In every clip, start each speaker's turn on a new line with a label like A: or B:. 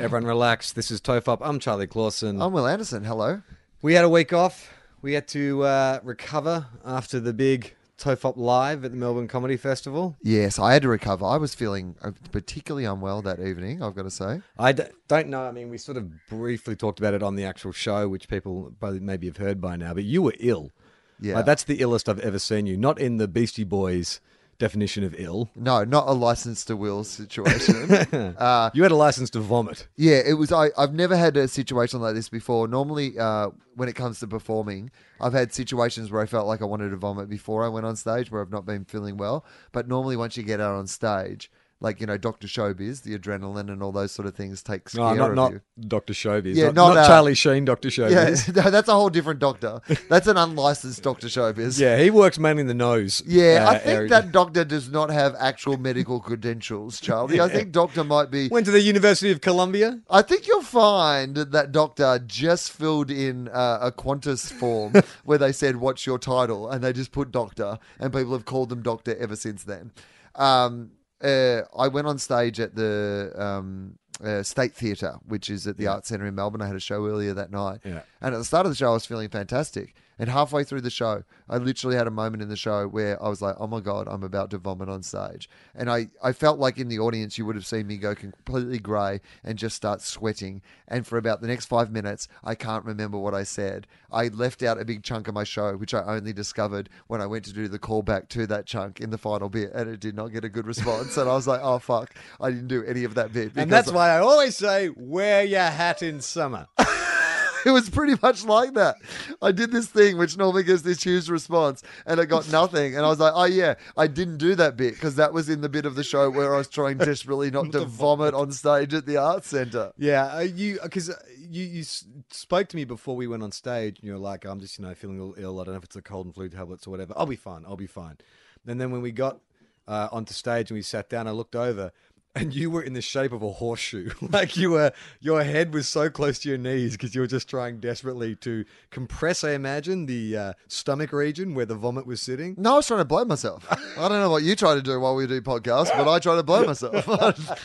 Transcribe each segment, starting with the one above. A: Everyone relax. This is Tofop. I'm Charlie Clausen.
B: I'm Will Anderson. Hello.
A: We had a week off. We had to uh, recover after the big Tofop Live at the Melbourne Comedy Festival.
B: Yes, I had to recover. I was feeling uh, particularly unwell that evening. I've got to say.
A: I d- don't know. I mean, we sort of briefly talked about it on the actual show, which people probably maybe have heard by now, but you were ill.
B: Yeah.
A: Like, that's the illest I've ever seen you. Not in the Beastie Boys definition of ill.
B: No, not a license to will situation. Uh,
A: you had a license to vomit.
B: yeah, it was. I, I've never had a situation like this before. Normally, uh, when it comes to performing, I've had situations where I felt like I wanted to vomit before I went on stage, where I've not been feeling well. But normally, once you get out on stage, like you know, Doctor Showbiz, the adrenaline and all those sort of things takes
A: No,
B: care
A: not,
B: of
A: not
B: you.
A: Dr. Showbiz.
B: Yeah,
A: not,
B: not,
A: not
B: uh,
A: Charlie Sheen, Dr. Showbiz.
B: Yeah, no, that's a whole different doctor. That's an unlicensed Doctor Showbiz.
A: Yeah, he works mainly in the nose.
B: Yeah,
A: uh,
B: I think
A: area.
B: that doctor does not have actual medical credentials, Charlie. I think doctor might be.
A: Went to the University of Columbia.
B: I think you'll find that doctor just filled in uh, a Qantas form where they said, "What's your title?" and they just put doctor, and people have called them doctor ever since then. Um, uh, I went on stage at the um, uh, State Theatre, which is at the Arts Centre in Melbourne. I had a show earlier that night,
A: Yeah.
B: and at the start of the show, I was feeling fantastic. And halfway through the show, I literally had a moment in the show where I was like, oh my God, I'm about to vomit on stage. And I, I felt like in the audience, you would have seen me go completely grey and just start sweating. And for about the next five minutes, I can't remember what I said. I left out a big chunk of my show, which I only discovered when I went to do the callback to that chunk in the final bit. And it did not get a good response. and I was like, oh fuck, I didn't do any of that bit.
A: And
B: because
A: that's why I always say, wear your hat in summer.
B: it was pretty much like that. I did this thing which normally gets this huge response, and I got nothing. And I was like, "Oh yeah, I didn't do that bit because that was in the bit of the show where I was trying desperately not to vomit on stage at the art center."
A: yeah, uh, you because you you s- spoke to me before we went on stage, and you were like, I'm just you know feeling a little ill. I don't know if it's a cold and flu tablets or whatever. I'll be fine. I'll be fine. And then when we got uh, onto stage and we sat down, I looked over. And you were in the shape of a horseshoe, like you were. Your head was so close to your knees because you were just trying desperately to compress. I imagine the uh, stomach region where the vomit was sitting.
B: No, I was trying to blow myself. I don't know what you try to do while we do podcasts, but I try to blow myself.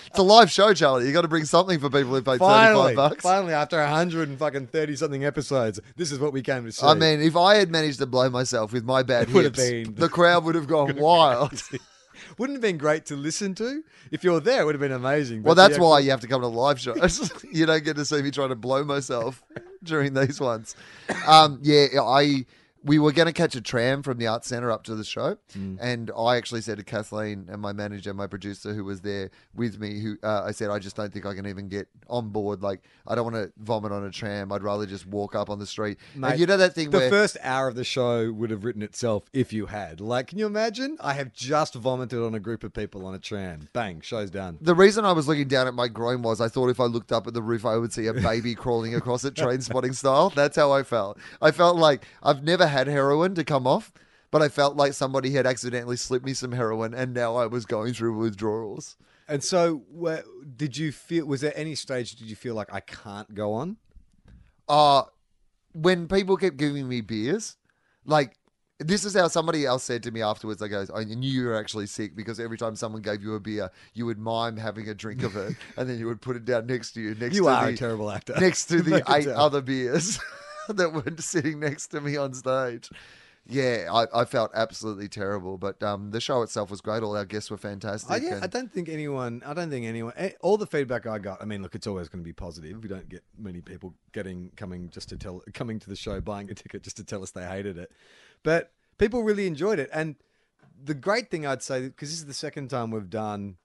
B: it's a live show, Charlie. You got to bring something for people who pay
A: Finally,
B: thirty-five bucks.
A: finally, after a hundred and fucking thirty something episodes, this is what we came to see.
B: I mean, if I had managed to blow myself with my bad
A: It would have
B: hips,
A: been-
B: the crowd would have gone wild.
A: wouldn't it have been great to listen to? If you were there, it would have been amazing.
B: Well,
A: but
B: that's
A: the
B: why you have to come to live shows. you don't get to see me trying to blow myself during these ones. Um, yeah, I we were going to catch a tram from the art centre up to the show,
A: Mm.
B: and I actually said to Kathleen and my manager, my producer who was there with me, who uh, I said I just don't think I can even get on board. Like I don't want to vomit on a tram. I'd rather just walk up on the street.
A: Mate,
B: and you know that thing
A: The
B: where
A: first hour of the show would have written itself if you had. Like, can you imagine? I have just vomited on a group of people on a tram. Bang, show's done.
B: The reason I was looking down at my groin was I thought if I looked up at the roof, I would see a baby crawling across it, train spotting style. That's how I felt. I felt like I've never had heroin to come off, but I felt like somebody had accidentally slipped me some heroin and now I was going through withdrawals.
A: And so, wha- did you feel? Was there any stage did you feel like I can't go on?
B: Uh, when people kept giving me beers, like, this is how somebody else said to me afterwards. I goes, I knew you were actually sick because every time someone gave you a beer, you would mime having a drink of it, and then you would put it down next to you. Next
A: You
B: to
A: are
B: the,
A: a terrible actor.
B: next to
A: I
B: the
A: can
B: eight
A: tell.
B: other beers that were sitting next to me on stage. Yeah, I, I felt absolutely terrible, but um, the show itself was great. All our guests were fantastic.
A: I, Oh, yeah,
B: and-
A: I don't think anyone. I don't think anyone. eh, All the feedback I got. I mean, look, it's always going to be positive. We don't get many people getting coming just to tell coming to the show, buying a ticket just to tell us they hated it. But people really enjoyed it, and the great thing I'd say because this is the second time we've done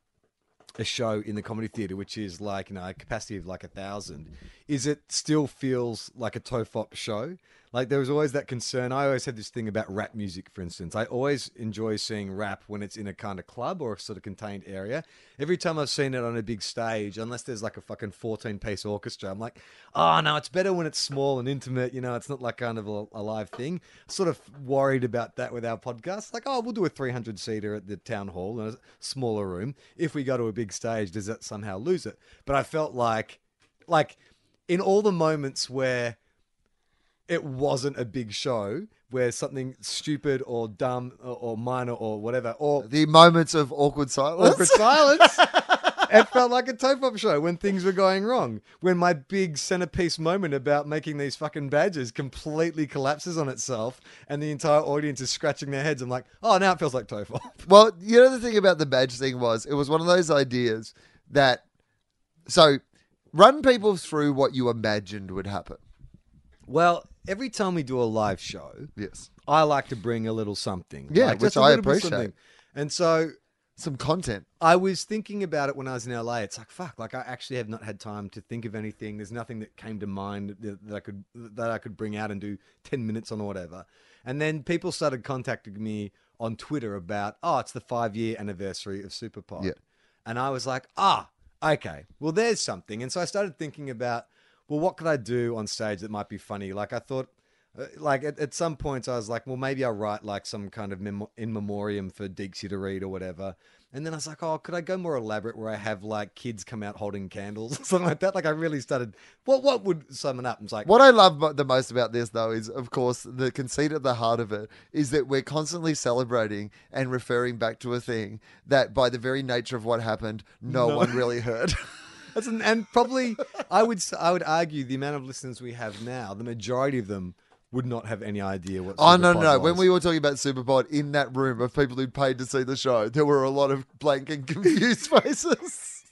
A: a show in the comedy theater, which is like you know a capacity of like a thousand, is it still feels like a tofop show. Like there was always that concern. I always had this thing about rap music, for instance. I always enjoy seeing rap when it's in a kind of club or a sort of contained area. Every time I've seen it on a big stage, unless there's like a fucking fourteen piece orchestra, I'm like, oh no, it's better when it's small and intimate. You know, it's not like kind of a, a live thing. Sort of worried about that with our podcast. Like, oh, we'll do a three hundred seater at the town hall in a smaller room. If we go to a big stage, does that somehow lose it? But I felt like, like, in all the moments where it wasn't a big show where something stupid or dumb or, or minor or whatever or
B: the moments of awkward silence.
A: awkward silence. It felt like a toe pop show when things were going wrong. When my big centerpiece moment about making these fucking badges completely collapses on itself and the entire audience is scratching their heads. I'm like, oh, now it feels like toe pop.
B: Well, you know the thing about the badge thing was it was one of those ideas that so run people through what you imagined would happen.
A: Well, every time we do a live show,
B: Yes.
A: I like to bring a little something.
B: Yeah,
A: like
B: which
A: just a
B: I
A: little bit of
B: appreciate.
A: something. And so
B: Some content.
A: I was thinking about it when I was in LA. It's like fuck. Like I actually have not had time to think of anything. There's nothing that came to mind that, that I could that I could bring out and do ten minutes on or whatever. And then people started contacting me on Twitter about oh, it's the five year anniversary of Superpod,
B: Yeah.
A: and I was like ah, okay. Well, there's something. And so I started thinking about well, what could I do on stage that might be funny? Like I thought uh, like at, at some points i was like well maybe i'll write like some kind of memo- in memoriam for dixie to read or whatever and then i was like oh could i go more elaborate where i have like kids come out holding candles or something like that like i really started what what would summon up and it's like
B: What I love mo- the most about this, though, is of course the conceit at the heart of it is that we're constantly celebrating and referring back to a thing that, by the very nature of what happened, no, one really heard.
A: That's an, and probably I would s- I would argue the amount of listeners we have now, the majority of them would not have any idea what.
B: oh no,
A: Superpod
B: no, no!
A: was.
B: When we were talking about Superpod in that room of people who'd paid to see the show, there were a lot of blank and confused faces.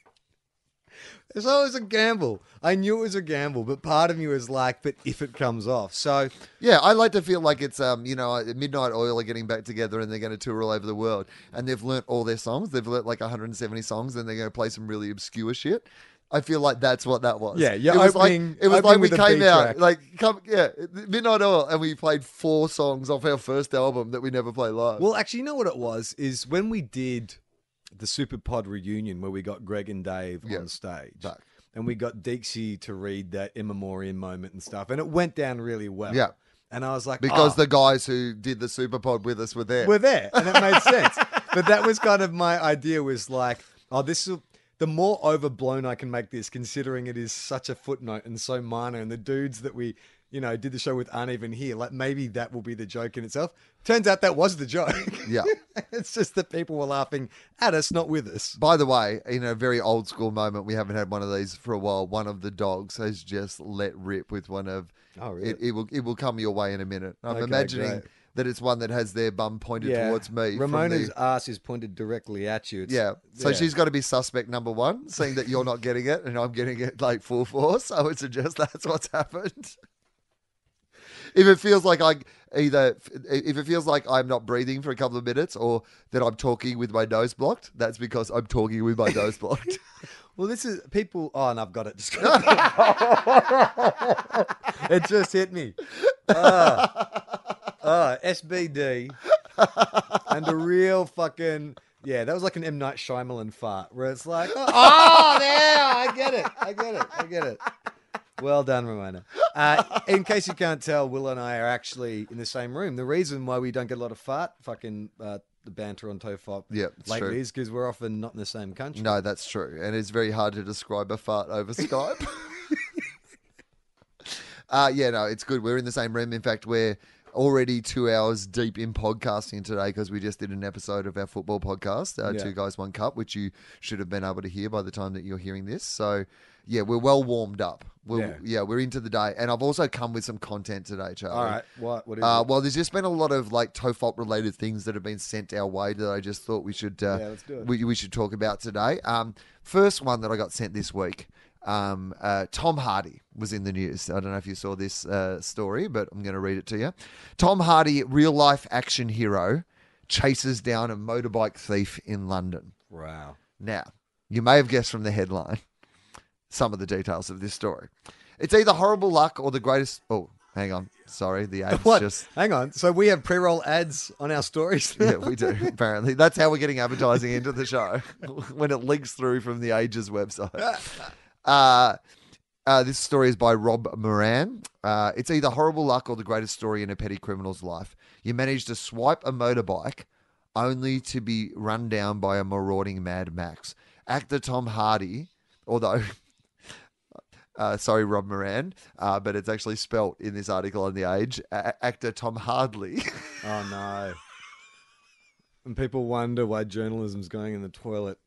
A: so it was a gamble. I knew it was a gamble, but part of me was like, but if it comes off, so
B: Yeah, I like to feel like it's um, you know, Midnight Oil are getting back together and they're going to tour all over the world and they've learnt all their songs. They've learnt like 170 songs and they're going to play some really obscure shit. I feel like that's what that was.
A: Yeah, you're
B: it was
A: opening-
B: like it was
A: opening
B: like we
A: with a B
B: came out
A: track.
B: like come yeah, Midnight Oil and we played four songs off our first album that we never play live.
A: Well, actually, you know what it was is when we did the Super Pod reunion where we got Greg and Dave
B: Yeah,
A: on stage,
B: back.
A: and we got Dixie to read that in memoriam moment and stuff, and it went down really well.
B: Yeah.
A: and I was like,
B: because
A: "Ah,
B: the guys who did the Superpod with us were there.
A: we're there, and it made sense. But that was kind of my idea was like, oh, this is. The more overblown I can make this, considering it is such a footnote and so minor, and the dudes that we, you know, did the show with aren't even here. Like maybe that will be the joke in itself. Turns out that was the joke.
B: yeah.
A: it's just that people were laughing at us, not with us.
B: By the way, in a very old school moment, we haven't had one of these for a while. One of the dogs has just let rip with one of.
A: Oh, really?
B: It, it will it will come your way in a minute. I'm
A: Okay,
B: imagining
A: great.
B: that it's one that has their bum pointed towards me. from
A: Ramona's
B: the-
A: ass is pointed directly at you. It's-
B: yeah. So
A: yeah.
B: she's got to be suspect number one, seeing that you're not getting it and I'm getting it like full force. I would suggest that's what's happened. If it feels like I either if it feels like I'm not breathing for a couple of minutes or that I'm talking with my nose blocked, that's because I'm talking with my nose blocked.
A: Well, this is people. Oh, and I've got it. Just it just hit me. Uh, Ah, Ah, SBD and a real fucking yeah. That was like an M Night Shyamalan fart, where it's like, oh, oh there, I get it, I get it, I get it. Well done, Rowena. Uh, in case you can't tell, Will and I are actually in the same room. The reason why we don't get a lot of fart fucking uh, the banter on Tofop
B: Yeah, it's
A: lately
B: true.
A: is because we're often not in the same country.
B: No, that's true. And it's very hard to describe a fart over Skype. uh, yeah, no, it's good. We're in the same room. In fact, we're. already two hours deep in podcasting today because we just did an episode of our football podcast, uh,
A: Yeah.
B: Two Guys One Cup, which you should have been able to hear by the time that you're hearing this. So, yeah, we're well warmed up. We're, yeah.
A: Yeah.
B: we're into the day, and I've also come with some content today, Charlie.
A: All right. What? What is
B: Uh,
A: it?
B: well, there's just been a lot of like tofop related things that have been sent our way that I just thought we should uh,
A: Yeah, let's do it.
B: We, we should talk about today. Um, first one that I got sent this week. Um, uh, Tom Hardy was in the news. I don't know if you saw this uh, story, but I'm going to read it to you. Tom Hardy, real life action hero, chases down a motorbike thief in London.
A: Wow.
B: Now, you may have guessed from the headline some of the details of this story. It's either horrible luck or the greatest. Oh, hang on. Sorry, the ads
A: What?
B: just.
A: Hang on. So we have pre-roll ads on our stories.
B: Yeah, we do, apparently. That's how we're getting advertising into the show when it links through from the Ages website. Uh, uh, this story is by Rob Moran. Uh, it's either horrible luck or the greatest story in a petty criminal's life. You manage to swipe a motorbike only to be run down by a marauding Mad Max. Actor Tom Hardy, although uh, sorry, Rob Moran, uh, but it's actually spelt in this article on The Age. A- actor Tom Hardley.
A: oh no. And people wonder why journalism's going in the toilet.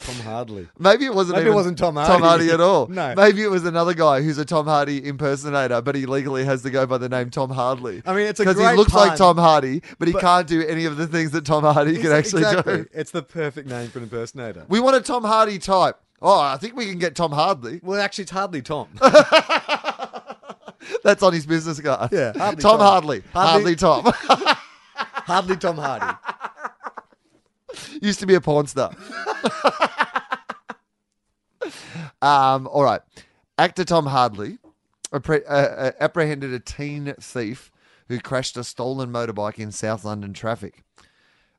A: Tom Hardley.
B: Maybe it wasn't.
A: Maybe it
B: even
A: wasn't Tom Hardy.
B: Tom Hardy at all.
A: No.
B: Maybe it was another guy who's a Tom Hardy impersonator, but he legally has to go by the name Tom Hardley.
A: I mean, it's a
B: because he
A: great
B: looks like
A: pun.
B: Tom Hardy, but he
A: But-
B: can't do any of the things that Tom Hardy can actually
A: exactly.
B: do.
A: It's the perfect name for an impersonator.
B: We want a Tom Hardy type. Oh, I think we can get Tom Hardley.
A: Well, actually, it's hardly Tom.
B: That's on his business card.
A: Yeah, Hardley
B: Tom,
A: Tom.
B: Hardley. Hardley,
A: Hardley-
B: Tom.
A: hardly Tom Hardy.
B: Used to be a porn star. um, all right. Actor Tom Hardley appre- uh, uh, apprehended a teen thief who crashed a stolen motorbike in South London traffic.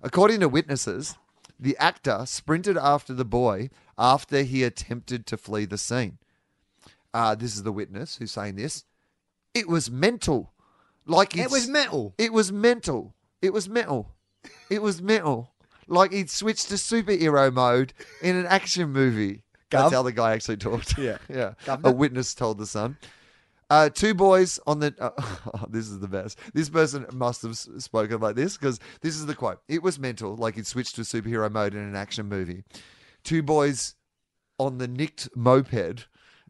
B: According to witnesses, the actor sprinted after the boy after he attempted to flee the scene. Uh, this is the witness who's saying this. It was mental. Like
A: It
B: it's-
A: was metal.
B: it was mental. It was metal. It was metal. Like he'd switched to superhero mode in an action movie. That's
A: Gov.
B: how the guy actually talked.
A: Yeah.
B: yeah. A
A: Governor.
B: witness told the Sun. Uh, two boys on the. Uh, this is the best. This person must have s- spoken like this because this is the quote. It was mental. Like he'd switched to superhero mode in an action movie. Two boys on the nicked moped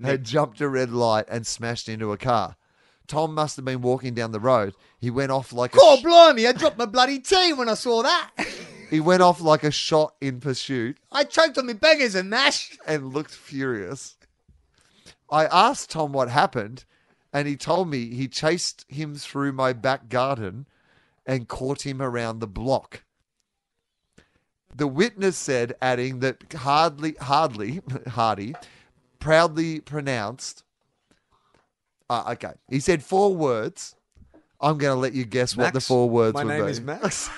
B: had jumped a red light and smashed into a car. Tom must have been walking down the road. He went off like a
A: Oh, blimey, I dropped my bloody tea when I saw that.
B: He went off like a shot in pursuit
A: I choked on my beggars and mash.
B: and looked furious. I asked Tom what happened, and he told me he chased him through my back garden and caught him around the block. The witness said, adding that hardly, hardly, Hardy proudly pronounced. Uh, okay, he said four words. I'm going to let you guess what the
A: Max,
B: four words
A: My
B: would
A: name
B: be.
A: is Max.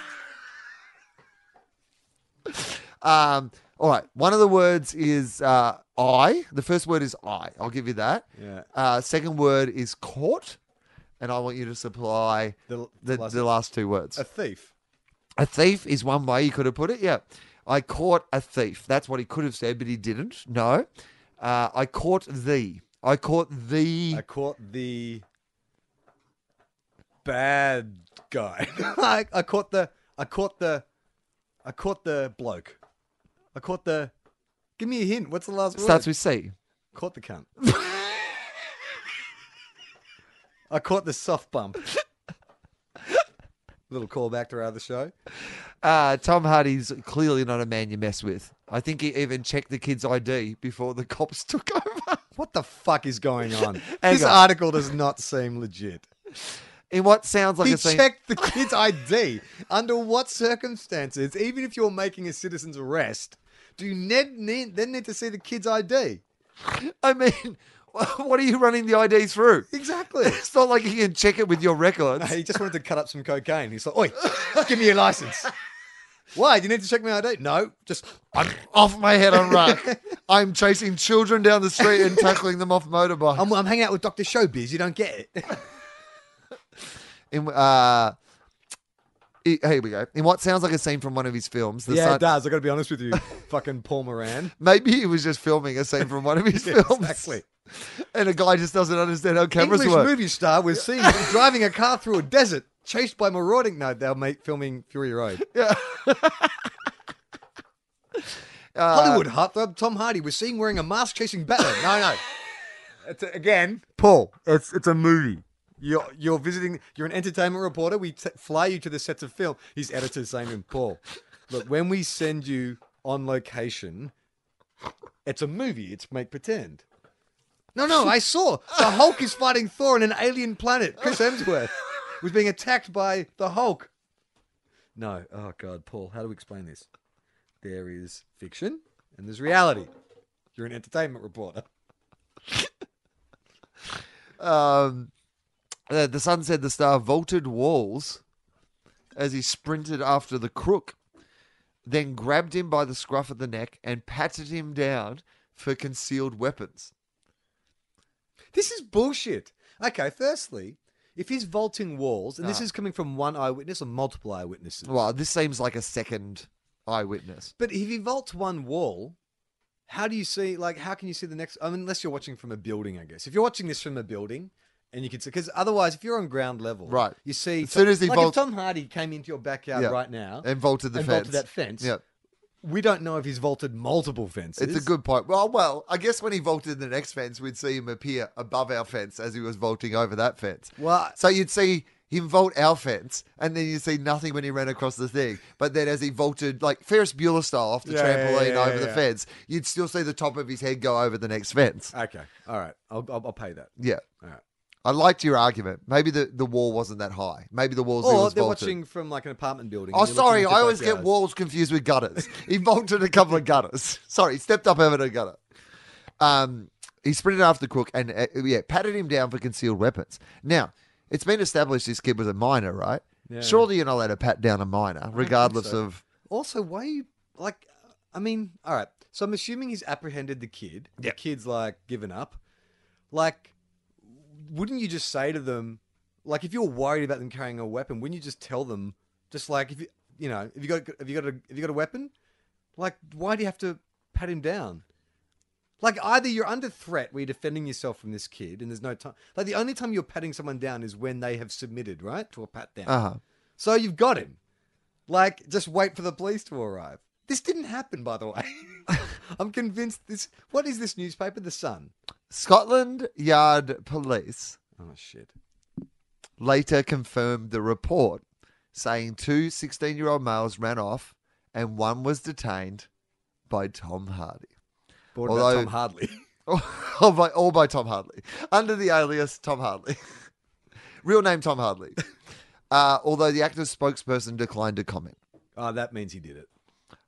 B: Um, all right. One of the words is uh, I. The first word is I. I'll give you that.
A: Yeah.
B: Uh, second word is caught. And I want you to supply the,
A: The-
B: the,
A: last-
B: last two words.
A: A thief.
B: A thief is one way you could have put it. Yeah. I caught a thief. That's what he could have said, but he didn't. No. Uh, I caught thee. I caught thee.
A: I caught the bad guy. I, I caught the. I caught the. I caught the bloke. I caught the. Give me a hint. What's the last word?
B: starts with C.
A: Caught the cunt. I caught the soft bump. Little callback to our other show.
B: Uh, Tom Hardy's clearly not a man you mess with. I think he even checked the kid's ID before the cops took over.
A: What the fuck is going on?
B: Hang
A: this
B: on.
A: article does not seem legit.
B: In what sounds like
A: he
B: a scene.
A: checked the kid's ID. Under what circumstances, even if you're making a citizen's arrest, do you ned- need, then need to see the kid's ID?
B: I mean, what are you running the ID through?
A: Exactly.
B: It's not like you can check it with your records.
A: he just wanted to cut up some cocaine. He's like, "Oi, give me your license." Why? Do you need to check my ID? No, just
B: I'm off my head on rack. I'm chasing children down the street and tackling them off motorbikes.
A: I'm, I'm hanging out with Doctor Showbiz. You don't get it.
B: In, uh, i- here we go. In what sounds like a scene from one of his films, the
A: yeah,
B: son-
A: it does. I got to be honest with you, fucking Paul Moran.
B: maybe he was just filming a scene from one of his
A: Yeah,
B: films,
A: exactly.
B: and a guy just doesn't understand how cameras
A: English
B: work.
A: movie star was seen driving a car through a desert. chased by marauding. No, they're make, filming Fury Road.
B: Uh,
A: Hollywood heartthrob Tom Hardy was seen wearing a mask chasing Batman. No, no. It's a- again, Paul. It's it's a movie. You're you're visiting. You're an entertainment reporter. We t- fly you to the sets of film. His editor's saying to him, Paul, look, when we send you on location, it's a movie. It's make pretend. No, no, I saw the Hulk is fighting Thor on an alien planet. Chris Hemsworth was being attacked by the Hulk. No, oh God, Paul, how do we explain this? there is fiction and there's reality. You're an entertainment reporter.
B: um, uh, the sun said the star vaulted walls as he sprinted after the crook, then grabbed him by the scruff of the neck and patted him down for concealed weapons.
A: This is bullshit. Okay, firstly, if he's vaulting walls, and this
B: Ah.
A: is coming from one eyewitness or multiple eyewitnesses,
B: Well, this seems like a second eyewitness.
A: but if he vaults one wall, how do you see, like, how can you see the next? I mean, unless you're watching from a building, I guess. If you're watching this from a building, and you can see, because otherwise, if you're on ground level,
B: Right.
A: you see,
B: As soon as he
A: like
B: vaults-
A: if Tom Hardy came into your backyard
B: Yeah.
A: right now,
B: And vaulted the
A: And
B: fence.
A: vaulted that fence.
B: Yeah,
A: we don't know if he's vaulted multiple fences.
B: it's a good point. Well, well, I guess when he vaulted the next fence, we'd see him appear above our fence as he was vaulting over that fence.
A: Well,
B: So you'd see him vault our fence, and then you'd see nothing when he ran across the thing. But then as he vaulted, like Ferris Bueller style, off the
A: Yeah, yeah,
B: trampoline
A: yeah,
B: over
A: yeah,
B: the
A: yeah.
B: fence, you'd still see the top of his head go over the next fence.
A: Okay. All right. I'll, I'll, I'll pay that.
B: Yeah.
A: Uh, All right.
B: I liked your argument. Maybe the, the wall wasn't that high. Maybe the walls he
A: Or
B: was
A: they're
B: vaulted.
A: watching from like an apartment building.
B: Oh,
A: and you're looking
B: sorry.
A: into
B: I always get
A: backyards.
B: walls confused with gutters. He vaulted a couple of gutters. Sorry, stepped up over the gutter. Um, he sprinted after the crook and uh, yeah, patted him down for concealed weapons. Now, it's been established this kid was a minor, right?
A: Yeah.
B: Surely you're not allowed to pat down a minor, regardless
A: so.
B: of.
A: Also, why are you like? I mean, all right. So I'm assuming he's apprehended the kid. The kid's like given up. Like, wouldn't you just say to them, like, if you're worried about them carrying a weapon, wouldn't you just tell them, just like, if you, you know, if you got, have you got a, have you got a weapon? Like, why do you have to pat him down? Like, either you're under threat where you're defending yourself from this kid, and there's no time. Like, the only time you're patting someone down is when they have submitted, right, to a pat down.
B: Uh huh.
A: So you've got him. Like, just wait for the police to arrive. This didn't happen, by the way. I'm convinced this. What is this newspaper? The Sun.
B: Scotland Yard Police
A: Oh, shit.
B: later confirmed the report, saying two 16 year old males ran off and one was detained by Tom Hardy.
A: Bored
B: Although-
A: about Tom Hardley.
B: all by all by Tom Hartley, under the alias Tom Hartley, real name Tom Hartley. Uh, although the actor's spokesperson declined to comment.
A: oh, that means he did it.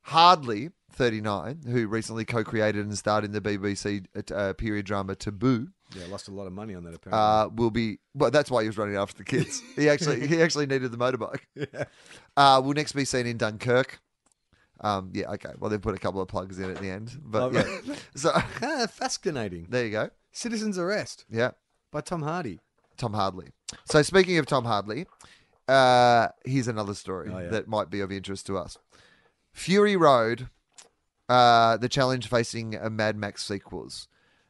B: Hardley, 39, who recently co-created and starred in the BBC uh, period drama Taboo,
A: Yeah, lost a lot of money on that, apparently.
B: uh, will be. Well, that's why he was running after the kids. He actually he actually needed the motorbike. Uh, will next be seen in Dunkirk. Um, yeah, okay. Well, they've put a couple of plugs in at the end,
A: Oh,
B: but yeah. So
A: ah, fascinating.
B: there you go.
A: Citizen's Arrest
B: Yeah.
A: by Tom Hardy.
B: Tom Hardley. So speaking of Tom Hardley, uh, here's another story
A: Oh, yeah.
B: that might be of interest to us. Fury Road, uh, the challenge facing uh, Mad Max sequels.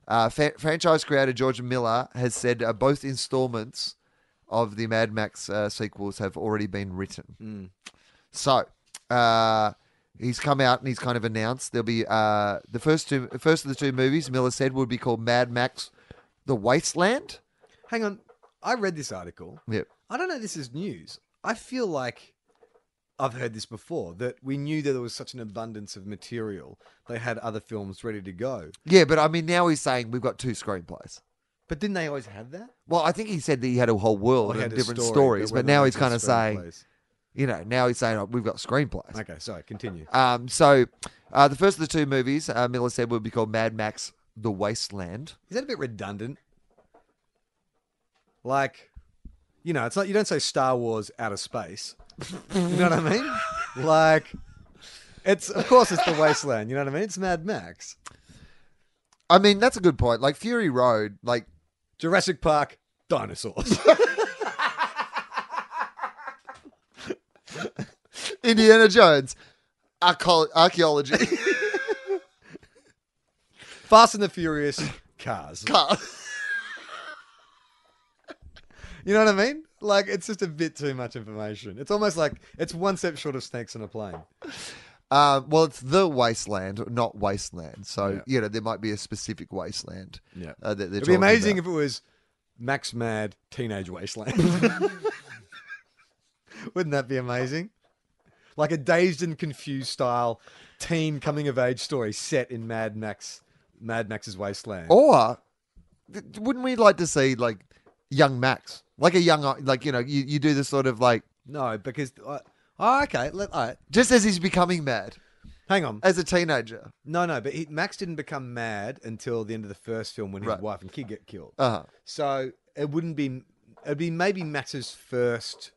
B: Uh, fa- franchise creator George Miller has said uh, both installments of the Mad Max uh, sequels have already been written.
A: Hmm.
B: So uh, he's come out and he's kind of announced there'll be uh, the first two, first of the two movies. Miller said would be called Mad Max: The Wasteland.
A: Hang on. I read this article.
B: Yep.
A: I don't know if this is news. I feel like I've heard this before that we knew that there was such an abundance of material. They had other films ready to go.
B: Yeah, but I mean, now he's saying we've got two screenplays.
A: But didn't they always have that?
B: Well, I think he said that he had a whole
A: Or
B: world
A: had
B: and
A: a
B: different
A: story,
B: stories, but
A: whether
B: now
A: they
B: he's
A: did
B: kind of saying,
A: screenplays.
B: you know, now he's saying oh, we've got screenplays.
A: Okay, sorry, continue.
B: Um, so uh, the first of the two movies uh, Miller said would be called Mad Max: The Wasteland.
A: Is that a bit redundant? Like, you know, it's like you don't say Star Wars out of space. you know what I mean? Like, it's of course it's the wasteland. You know what I mean? It's Mad Max,
B: I mean, that's a good point. Like Fury Road, like
A: Jurassic Park, dinosaurs.
B: Indiana Jones, archo- archaeology.
A: Fast and the Furious, cars.
B: Car.
A: You know what I mean? Like it's just a bit too much information. It's almost like it's one step short of snakes on a plane.
B: Um, well, it's the wasteland, not wasteland. So
A: Yeah.
B: you know there might be a specific wasteland.
A: Yeah.
B: uh, that they're
A: It'd be
B: talking
A: amazing
B: about.
A: if it was Max Mad Teenage Wasteland. Wouldn't that be amazing? Like a dazed and confused style teen coming of age story set in Mad Max Mad Max's Wasteland.
B: Or th- wouldn't we like to see like young Max, like a young, uh, like you know, you, you do this sort of like
A: No, because I oh, okay, let all right.
B: just as he's becoming mad
A: Hang on.
B: as a teenager.
A: No, no, but he, Max didn't become mad until the end of the first film when his
B: Right.
A: wife and kid get killed.
B: Uh huh.
A: So it wouldn't be. It'd be maybe Max's first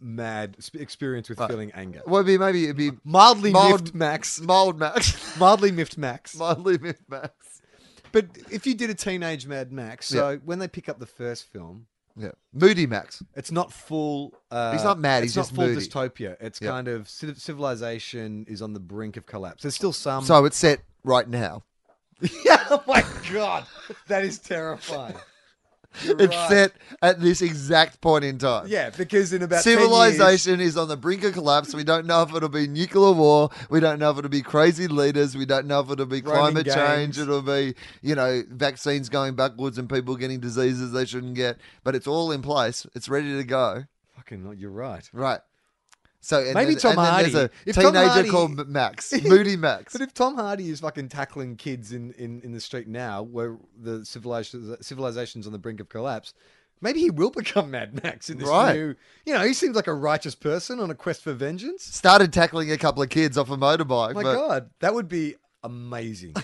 A: mad sp- experience with feeling anger.
B: Well, it'd be maybe it'd be
A: Mildly
B: Mild-
A: miffed Max.
B: mild Max,
A: Mildly miffed Max.
B: mildly miffed Max.
A: But if you did a teenage Mad Max, so when they pick up the first film,
B: Yeah, moody Max.
A: it's not full. Uh,
B: He's not mad,
A: It's
B: he's
A: not
B: just
A: full
B: moody.
A: dystopia. It's
B: Yeah.
A: kind of civ- civilization is on the brink of collapse. There's still some.
B: So it's set right now.
A: yeah. Oh my god, that is terrifying. You're
B: It's
A: right.
B: set at this exact point in time.
A: Yeah, because in about 10 years-
B: Civilization is on the brink of collapse. We don't know if it'll be nuclear war. We don't know if it'll be crazy leaders. We don't know if it'll be
A: Roaming
B: climate change.
A: gangs.
B: It'll be, you know, vaccines going backwards and people getting diseases they shouldn't get. But it's all in place. It's ready to go.
A: Fucking, hell, you're right.
B: Right. So and
A: Maybe
B: then,
A: Tom
B: and then
A: Hardy. If
B: there's a
A: Tom
B: teenager
A: Hardy-
B: called Max, Moody Max.
A: But if Tom Hardy is fucking tackling kids in, in, in the street now, where the civilization civilization's on the brink of collapse, maybe he will become Mad Max in this
B: Right.
A: new. You know, he seems like a righteous person on a quest for vengeance.
B: Started tackling a couple of kids off a motorbike.
A: My
B: but
A: God, that would be amazing.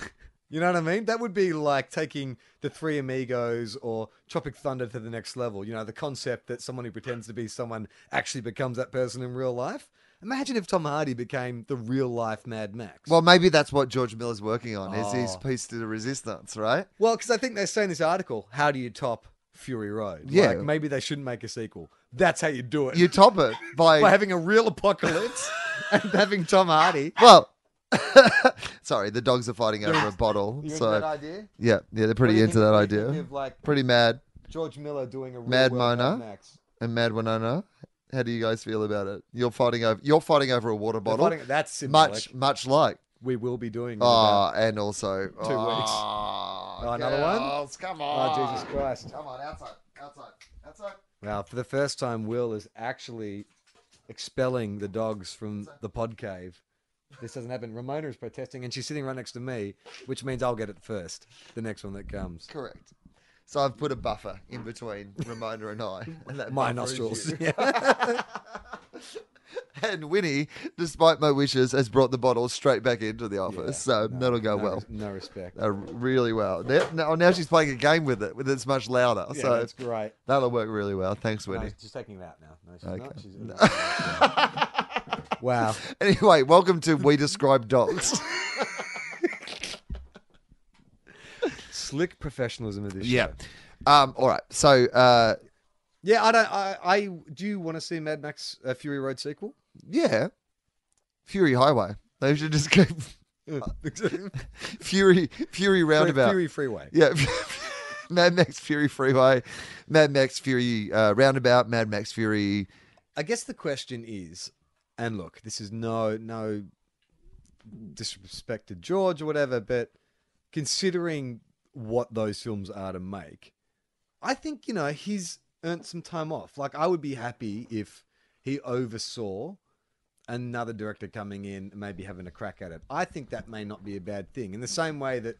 A: you know what I mean? That would be like taking the Three Amigos or Tropic Thunder to the next level. You know, the concept that someone who pretends to be someone actually becomes that person in real life. Imagine if Tom Hardy became the real life Mad Max.
B: Well, maybe that's what George Miller's working on. Is his
A: Oh.
B: piece to the resistance, right?
A: Well, because I think they say in this article, how do you top Fury Road?
B: Yeah.
A: Like, maybe they shouldn't make a sequel. That's how you do it.
B: You top it
A: By having a real apocalypse and having Tom Hardy.
B: Well, sorry, the dogs are fighting over a bottle. So
A: idea?
B: yeah, yeah, they're pretty into that idea.
A: like
B: Pretty mad
A: George Miller doing a real
B: Mad
A: world Mad
B: Mona?
A: Max.
B: and mad Winona. How do you guys feel about it? You're fighting over you're fighting over a water
A: They're
B: bottle,
A: fighting- That's symbolic.
B: much much like
A: We will be doing. in about-
B: ah, and also two
A: weeks. Oh, another one?
B: Come on,
A: Oh, Jesus Christ.
B: Come on, outside, outside, outside.
A: Wow, for the first time, Will is actually expelling the dogs from the pod cave. This doesn't happen. Ramona is protesting, and she's sitting right next to me, which means I'll get it first. The next one that comes.
B: Correct. So I've put a buffer in between Ramona and I, and that
A: My
B: buffer is
A: nostrils.
B: you.
A: Yeah.
B: And Winnie, despite my wishes, has brought the bottle straight back into the office. so that'll
A: no,
B: go well.
A: res- No respect.
B: Uh, really well. Now, now, now she's playing a game with it, with it's much louder.
A: Yeah,
B: so
A: that's great.
B: that'll work really well. Thanks,
A: No,
B: Winnie.
A: she's taking that now. No, she's not.
B: Okay.
A: She's- wow.
B: Anyway, welcome to We Describe Dogs.
A: Slick professionalism of this show.
B: Um, all right. So uh,
A: Yeah, I don't. I, I do you want to see Mad Max uh, Fury Road sequel?
B: yeah, Fury Highway. They should just go Fury Fury Uh, Roundabout.
A: Fury Freeway.
B: Yeah. Mad Max Fury Freeway, Mad Max Fury uh, Roundabout, Mad Max Fury.
A: I guess the question is, and look, this is no no disrespect to George or whatever, but considering what those films are to make, I think you know he's earned some time off. Like I would be happy if he oversaw another director coming in and maybe having a crack at it. I think that may not be a bad thing. In the same way that,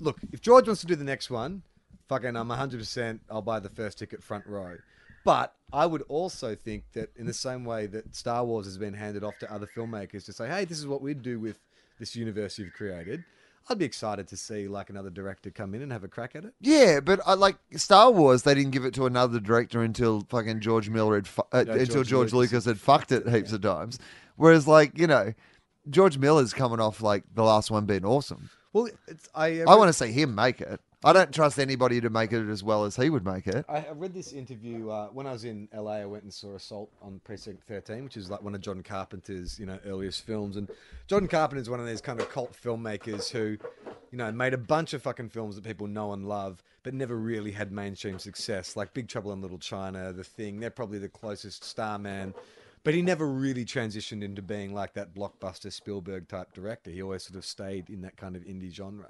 A: look, if George wants to do the next one, fucking, I'm 100%, I'll buy the first ticket front row. But I would also think that in the same way that Star Wars has been handed off to other filmmakers to say, hey, this is what we'd do with this universe you've created. I'd be excited to see like another director come in and have a crack at it.
B: Yeah, but I like Star Wars. They didn't give it to another director until fucking George Miller had fu- uh,
A: Yeah,
B: until
A: George
B: George Lucas.
A: Lucas.
B: had fucked it heaps of times. Whereas, like you know, George Miller's coming off like the last one being awesome.
A: Well, it's, I,
B: I want to see him make it. I don't trust anybody to make it as well as he would make it.
A: I I read this interview uh, when I was in LA. I went and saw Assault on Precinct 13, which is like one of John Carpenter's you know earliest films. And John Carpenter's one of these kind of cult filmmakers who you know, made a bunch of fucking films that people know and love, but never really had mainstream success, like Big Trouble in Little China, The Thing. They're probably the closest Starman. But he never really transitioned into being like that blockbuster Spielberg type director. He always sort of stayed in that kind of indie genre.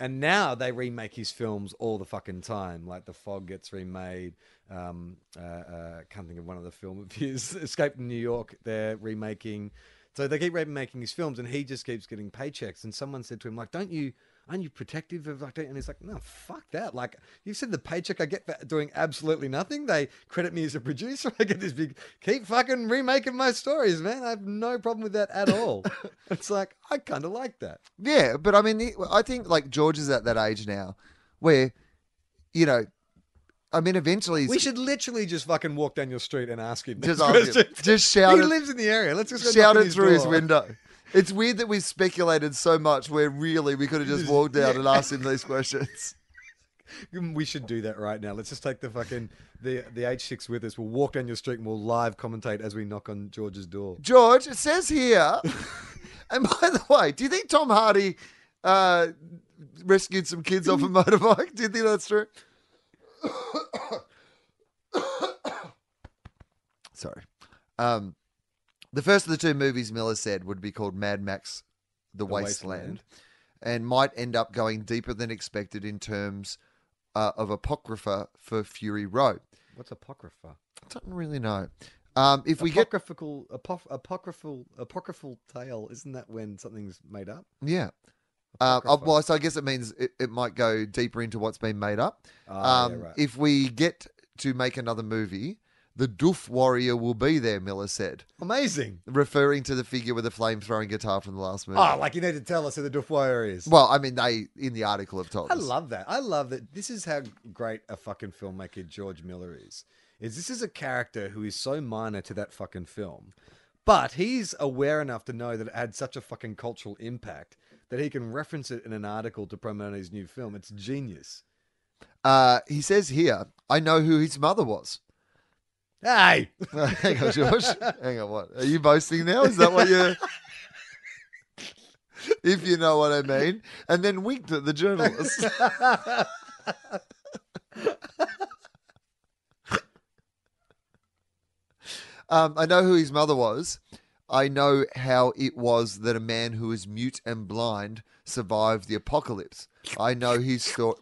A: And now they remake his films all the fucking time. Like The Fog gets remade. Um, uh, uh, can't think of one of the film of his Escape from New York. They're remaking. So they keep remaking his films, and he just keeps getting paychecks. And someone said to him, like, "Don't you?" Aren't you protective of like? don't-" And he's like, no, fuck that. Like you said, the paycheck I get for doing absolutely nothing. They credit me as a producer. I get this big. Keep fucking remaking my stories, man. I have no problem with that at all. it's like I kind of like that.
B: Yeah, but I mean, the- I think like George is at that age now where, you know, I mean, eventually he's
A: We should literally just fucking walk down your street and ask him. this
B: just ask him,
A: question.
B: just shout
A: He
B: it,
A: lives in the area. Let's just go knock
B: shout
A: on
B: it through his
A: door.
B: window. It's weird that we've speculated so much where really we could have just walked out and asked him these questions.
A: Mm, We should do that right now. Let's just take the fucking the the H six with us. We'll walk down your street and we'll live commentate as we knock on George's door.
B: George, it says here, and by the way, do you think Tom Hardy uh, rescued some kids off a motorbike? Do you think that's true? Sorry. Um, the first of the two movies Miller said would be called Mad Max The, Wasteland,
A: Wasteland.
B: and might end up going deeper than expected in terms uh, of Apocrypha for Fury Road.
A: What's apocrypha?
B: I don't really know. Um, if we get
A: Apocryphal, apof- apocryphal, apocryphal tale. Isn't that when something's made up?
B: Yeah. Uh, oh,
A: Apocrypha.
B: well, so I guess it means it, it might go deeper into what's been made up.
A: Ah, yeah,
B: um,
A: right.
B: If we get to make another movie, the Doof Warrior will be there, Miller said,
A: Amazing.
B: referring to the figure with the flame throwing guitar from the last movie.
A: Oh, like you need to tell us who the Doof Warrior is.
B: Well, I mean, they in the article have told
A: I
B: us.
A: love that. I love that. This is how great a fucking filmmaker George Miller is. Is this is a character who is so minor to that fucking film, but he's aware enough to know that it had such a fucking cultural impact that he can reference it in an article to promote his new film. It's genius.
B: Uh, he says here, I know who his mother was.
A: Hey,
B: Hang on, George. Hang on, what? Are you boasting now? Is that what you're. if you know what I mean. And then winked at the journalist. Um, I know who his mother was. I know how it was that a man who was mute and blind survived the apocalypse. I know his story.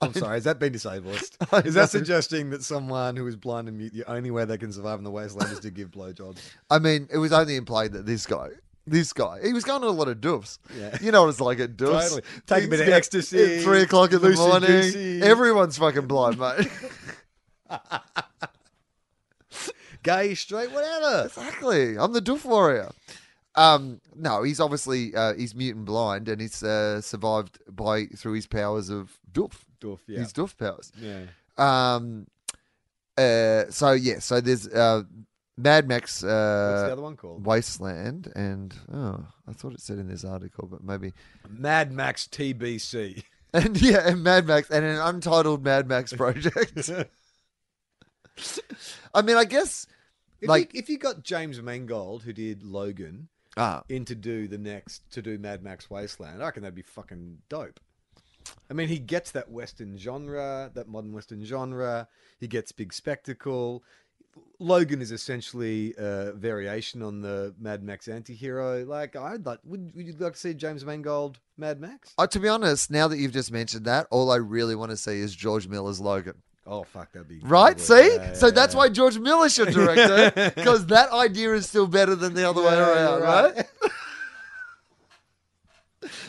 A: I'm sorry. Has that been disabled? Is that suggesting that someone who is blind and mute, the only way they can survive in the wasteland is to give blowjobs?
B: I mean, it was only implied that this guy, this guy, he was going to a lot of doofs.
A: Yeah.
B: You know what it's like at doofs.
A: Totally. Take a bit of
B: It's
A: ecstasy,
B: at Three o'clock in the morning.
A: loosey-goosey.
B: Everyone's fucking blind, mate.
A: Gay, straight, whatever.
B: exactly. I'm the doof warrior. Um, no, he's obviously uh, he's mute and blind, and he's uh, survived by through his powers of doof.
A: Dwarf, yeah.
B: His doof powers.
A: yeah.
B: Um, uh, so yeah, so there's uh, Mad Max.
A: What's the
B: Uh,
A: other one called?
B: Wasteland and oh, I thought it said in this article, but maybe
A: Mad Max TBC.
B: And yeah, and Mad Max and an untitled Mad Max project. I mean, I guess
A: If
B: Like-
A: you, if you got James Mangold, who did Logan,
B: ah,
A: in to do the next to do Mad Max Wasteland, I reckon that'd be fucking dope. I mean, he gets that Western genre, that modern Western genre. He gets big spectacle. Logan is essentially a variation on the Mad Max antihero. Like, I'd like, would, would you like to see James Mangold Mad Max?
B: uh, to be honest, now that you've just mentioned that, all I really want to see is George Miller's Logan.
A: Oh fuck, that'd be
B: Right?
A: incredible.
B: See,
A: Yeah,
B: so
A: yeah,
B: that's
A: yeah.
B: why George Miller should direct it because that idea is still better than the other way
A: Yeah, you're
B: around, right?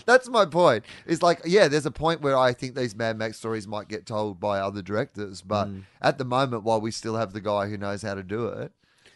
B: That's my point. It's like, yeah, there's a point where I think these Mad Max stories might get told by other directors, but
A: Mm.
B: at the moment, while we still have the guy who knows how to do it,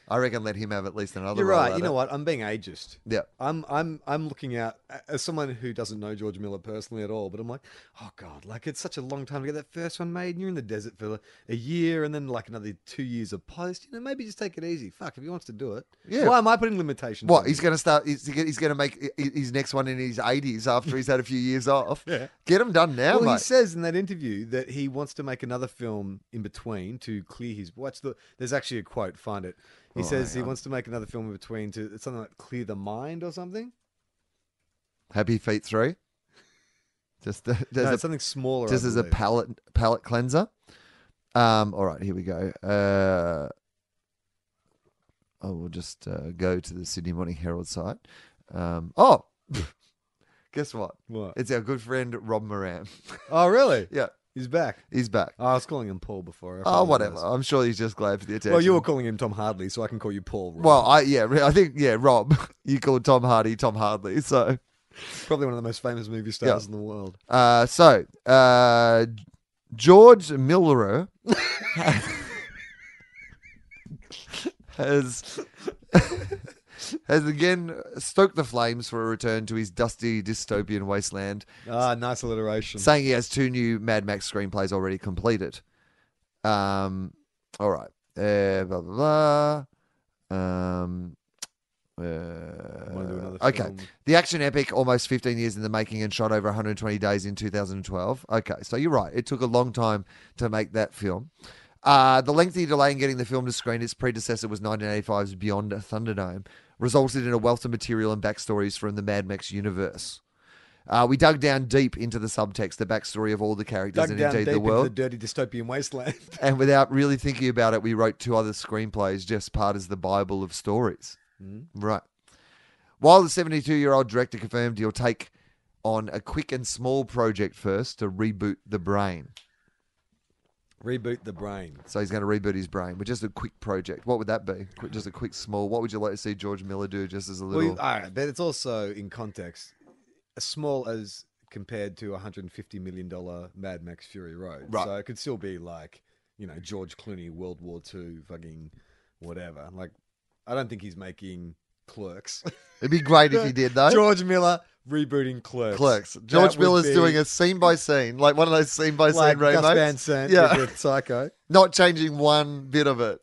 B: I reckon let him have at least another.
A: You're
B: roll
A: right.
B: at
A: You know
B: it.
A: what? I'm being ageist.
B: Yeah.
A: I'm I'm I'm looking out as someone who doesn't know George Miller personally at all, but I'm like, oh god, like it's such a long time to get that first one made, and you're in the desert for a year, and then like another two years of post. You know, maybe just take it easy. Fuck, if he wants to do it,
B: Yeah.
A: Why am I putting limitations?
B: What
A: on
B: he's
A: it?
B: going to start? He's, he's going to make i- i- his next one in his eighties after he's had a few years off.
A: Yeah.
B: Get him done now,
A: Well, he
B: mate.
A: says in that interview that he wants to make another film in between to clear his. What's the? There's actually a quote. Find it. He
B: Oh,
A: says
B: hang
A: he
B: on.
A: wants to make another film in between to it's something like Clear the Mind or something.
B: Happy Feet Three. Just the,
A: No,
B: there's
A: it's something smaller.
B: a
A: I
B: just as a
A: believe.
B: palette palette cleanser. Um. All right, here we go. Uh. I will just uh, go to the Sydney Morning Herald site. Um. Oh. Guess what?
A: What?
B: It's our good friend Rob Moran.
A: Oh, really?
B: yeah,
A: He's back.
B: he's back.
A: Oh, I was calling him Paul before. I
B: Oh,
A: apologize.
B: whatever. I'm sure he's just glad for the attention.
A: Well, you were calling him Tom Hardley, so I can call you Paul. Rob.
B: Well, I yeah, re- I think yeah, Rob. You called Tom Hardy Tom Hardley. So,
A: probably one of the most famous movie stars in the world.
B: uh, so uh, George Millerer has has again stoked the flames for a return to his dusty dystopian wasteland,
A: Ah, nice alliteration.
B: saying he has two new Mad Max screenplays already completed. Um, all right, uh, blah blah blah. Um, uh,
A: Wanna do another
B: okay.
A: film?
B: The action epic, almost 15 years in the making and shot over 120 days in 2012. Okay, so you're right. It took a long time to make that film. Uh, the lengthy delay in getting the film to screen, its predecessor was 1985's Beyond Thunderdome, resulted in a wealth of material and backstories from the Mad Max universe. Uh, we dug down deep into the subtext, the backstory of all the characters,
A: Dug
B: and
A: down
B: indeed
A: deep
B: the world.
A: into the dirty dystopian wasteland.
B: And without really thinking about it, we wrote two other screenplays, just part as the Bible of stories.
A: Mm-hmm.
B: Right. While the 72 year old director confirmed he'll take on a quick and small project first to reboot the brain.
A: Reboot the brain.
B: So he's going to reboot his brain with just a quick project. What would that be? Quick- Just a quick small. What would you like to see George Miller do just as a
A: Well,
B: little.
A: you- all right, but it's also in context, as small as compared to a hundred and fifty million dollar Mad Max Fury Road.
B: Right.
A: So it could still be like, you know, George Clooney, World War Two, fucking whatever. Like, I don't think he's making Clerks.
B: It'd be great if he did, though.
A: George Miller rebooting Clerks.
B: Clerks. George
A: That would
B: Miller's
A: be
B: doing a scene by scene, like one of those scene by
A: like
B: scene
A: Gus Van
B: remakes.
A: Sant
B: Yeah.
A: yeah. with Psycho.
B: Not changing one bit of it.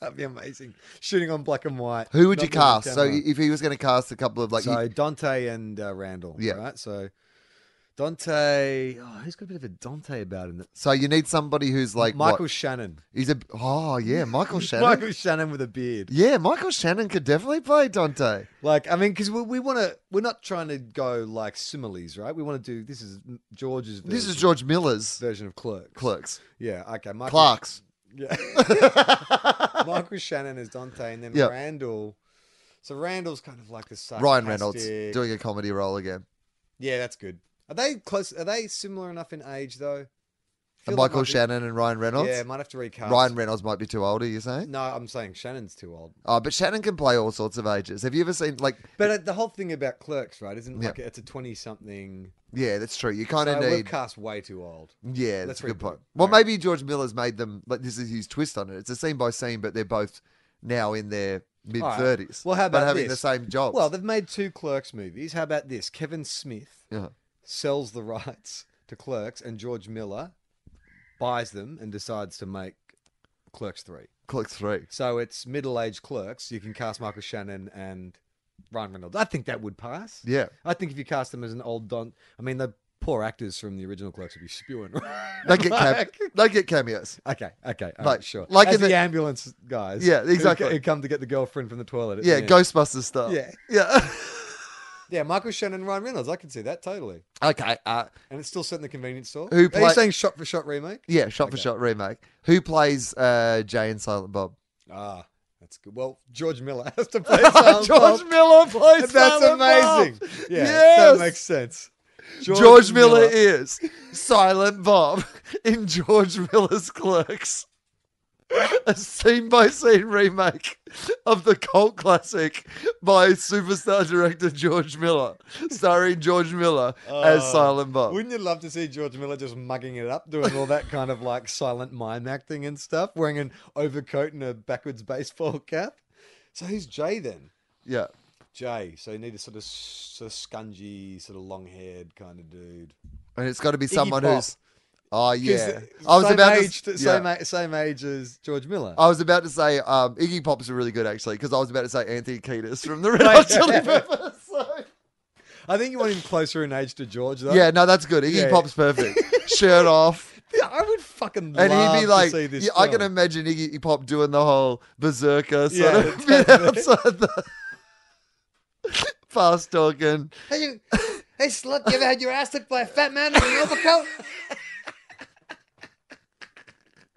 A: That'd be amazing. Shooting on black and white.
B: Who would you
A: Not moving
B: cast? So
A: camera.
B: if he was going to cast a couple of like,
A: so Dante and uh, Randall.
B: Yeah.
A: Right. So Dante. Oh, who's got a bit of a Dante about him?
B: so you need somebody who's like what?
A: Michael Shannon.
B: He's a oh yeah, Michael Shannon.
A: Michael Shannon with a beard.
B: Yeah, Michael Shannon could definitely play Dante.
A: Like, I mean, because we, we want to, we're not trying to go like similes, right? We want to do this is George's. Version,
B: This is George Miller's
A: version of Clerks.
B: Clerks.
A: Yeah. Okay. Michael,
B: Clark's.
A: Yeah. Michael Shannon is Dante, and then
B: Yeah.
A: Randall. So Randall's kind of like the sarcastic.
B: Ryan Reynolds doing a comedy role again.
A: Yeah, that's good. Are they close? Are they similar enough in age though? Feel
B: And
A: like
B: Michael
A: might be-
B: Shannon and Ryan Reynolds.
A: Yeah, might have to recast.
B: Ryan Reynolds might be too old, are you saying?
A: No, I'm saying Shannon's too old.
B: Oh, but Shannon can play all sorts of ages. Have you ever seen like
A: But uh, the whole thing about Clerks, right? Isn't
B: Yeah.
A: like it's a twenty-something.
B: Yeah, that's true. You kind
A: So
B: of
A: we've
B: need
A: cast way too old.
B: Yeah, that's
A: Let's
B: a good
A: reboot
B: point.
A: it.
B: Well,
A: Alright.
B: maybe George Miller's made them like this is his twist on it. It's a scene by scene, but they're both now in their mid
A: Alright.
B: thirties.
A: Well, how
B: but
A: about
B: having the
A: this?
B: same job?
A: Well, they've made two Clerks movies. How about this? Kevin Smith
B: yeah.
A: sells the rights to Clerks, and George Miller buys them and decides to make Clerks three.
B: Clerk three.
A: So it's middle-aged Clerks. You can cast Michael Shannon and Ryan Reynolds. I think that would pass.
B: Yeah.
A: I think if you cast them as an old Don, I mean the poor actors from the original Clerks would be spewing.
B: They get cam-
A: Like-
B: they get cameos.
A: Okay, okay, all right,
B: Like-
A: sure.
B: like
A: Like
B: in
A: as the,
B: the-
A: ambulance guys.
B: Yeah,
A: who-
B: exactly.
A: Who come to get the girlfriend from the toilet. at the
B: Yeah,
A: end.
B: Ghostbusters stuff.
A: Yeah.
B: Yeah.
A: Yeah, Michael Shannon, and Ryan Reynolds. I can see that totally.
B: okay. Uh,
A: And it's still set in the convenience store.
B: Who
A: Are
B: play-
A: you saying shot for shot remake?
B: yeah, shot for shot remake. Who plays uh, Jay and Silent Bob?
A: Ah, that's good. Well, George Miller has to play Silent
B: George
A: Bob.
B: Miller
A: That's
B: plays Silent Bob.
A: amazing. Yeah,
B: Yes.
A: that makes sense.
B: George, Miller, is Silent Bob in George Miller's Clerks. A scene by scene remake of the cult classic by superstar director George Miller, starring George Miller as
A: Oh,
B: Silent Bob.
A: Wouldn't you love to see George Miller just mugging it up, doing all that kind of like silent mime acting and stuff, wearing an overcoat and a backwards baseball cap? So who's Jay then?
B: Yeah.
A: Jay. So you need a sort of sort of scungy, sort of long haired kind of dude.
B: And it's got to be
A: Iggy
B: someone
A: Pop.
B: who's. Oh,
A: 'Cause
B: yeah.
A: the-
B: I was
A: same
B: about
A: age,
B: to.
A: same,
B: yeah.
A: a- same age as George Miller.
C: Uh,
B: I was about to say um, Iggy Pop's are really good actually because I was about to say Anthony Kiedis from the Red Hot Chili Peppers. so-
A: I think you want him closer in age to George though.
B: Yeah, no, that's good. Iggy
A: Yeah.
B: Pop's perfect. Shirt off,
A: Yeah, I would fucking
B: And
A: love
B: he'd be like,
A: to see this.
B: yeah, I can
A: film.
B: imagine Iggy Pop doing the whole berserker sort
A: Yeah,
B: of bit
A: totally.
B: outside the fast talking.
C: Hey, you, hey, slut, you ever had your ass licked by a fat man in an overcoat?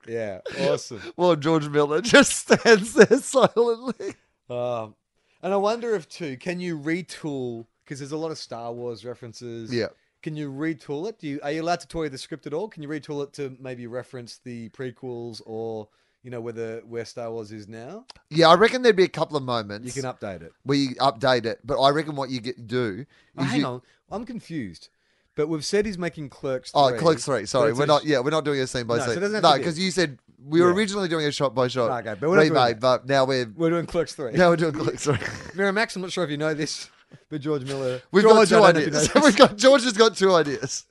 A: Yeah, awesome.
B: Well, George Miller just stands there silently.
A: Um, and I wonder if too, can you retool? Because there's a lot of Star Wars references.
B: Yeah.
A: Can you retool it? Do you are you allowed to toy with the script at all? Can you retool it to maybe reference the prequels or you know whether where Star Wars is now?
B: Yeah, I reckon there'd be a couple of moments
A: You can update it.
B: where you update it, but I reckon what you get do
A: Oh,
B: is
A: hang
B: you.
A: on, I'm confused. But we've said he's making Clerks.
B: Oh,
A: three,
B: Clerks three.
A: but
B: Sorry,
A: it's
B: we're
A: a-
B: not. Yeah, we're not doing a scene by
A: No, so it
B: scene.
A: doesn't have to
B: no,
A: be-
B: because you said we were
A: Yeah.
B: originally doing a shot by shot
A: Okay, but we're not doing
B: remake,
A: that.
B: but now we're
A: We're doing Clerks three.
B: now we're doing Clerks three.
A: Miramax. I'm not sure if you know this, but George Miller.
B: We've
A: George, I
B: got
A: don't
B: two
A: know if you know
B: ideas.
A: this.
B: We've got George has got two ideas.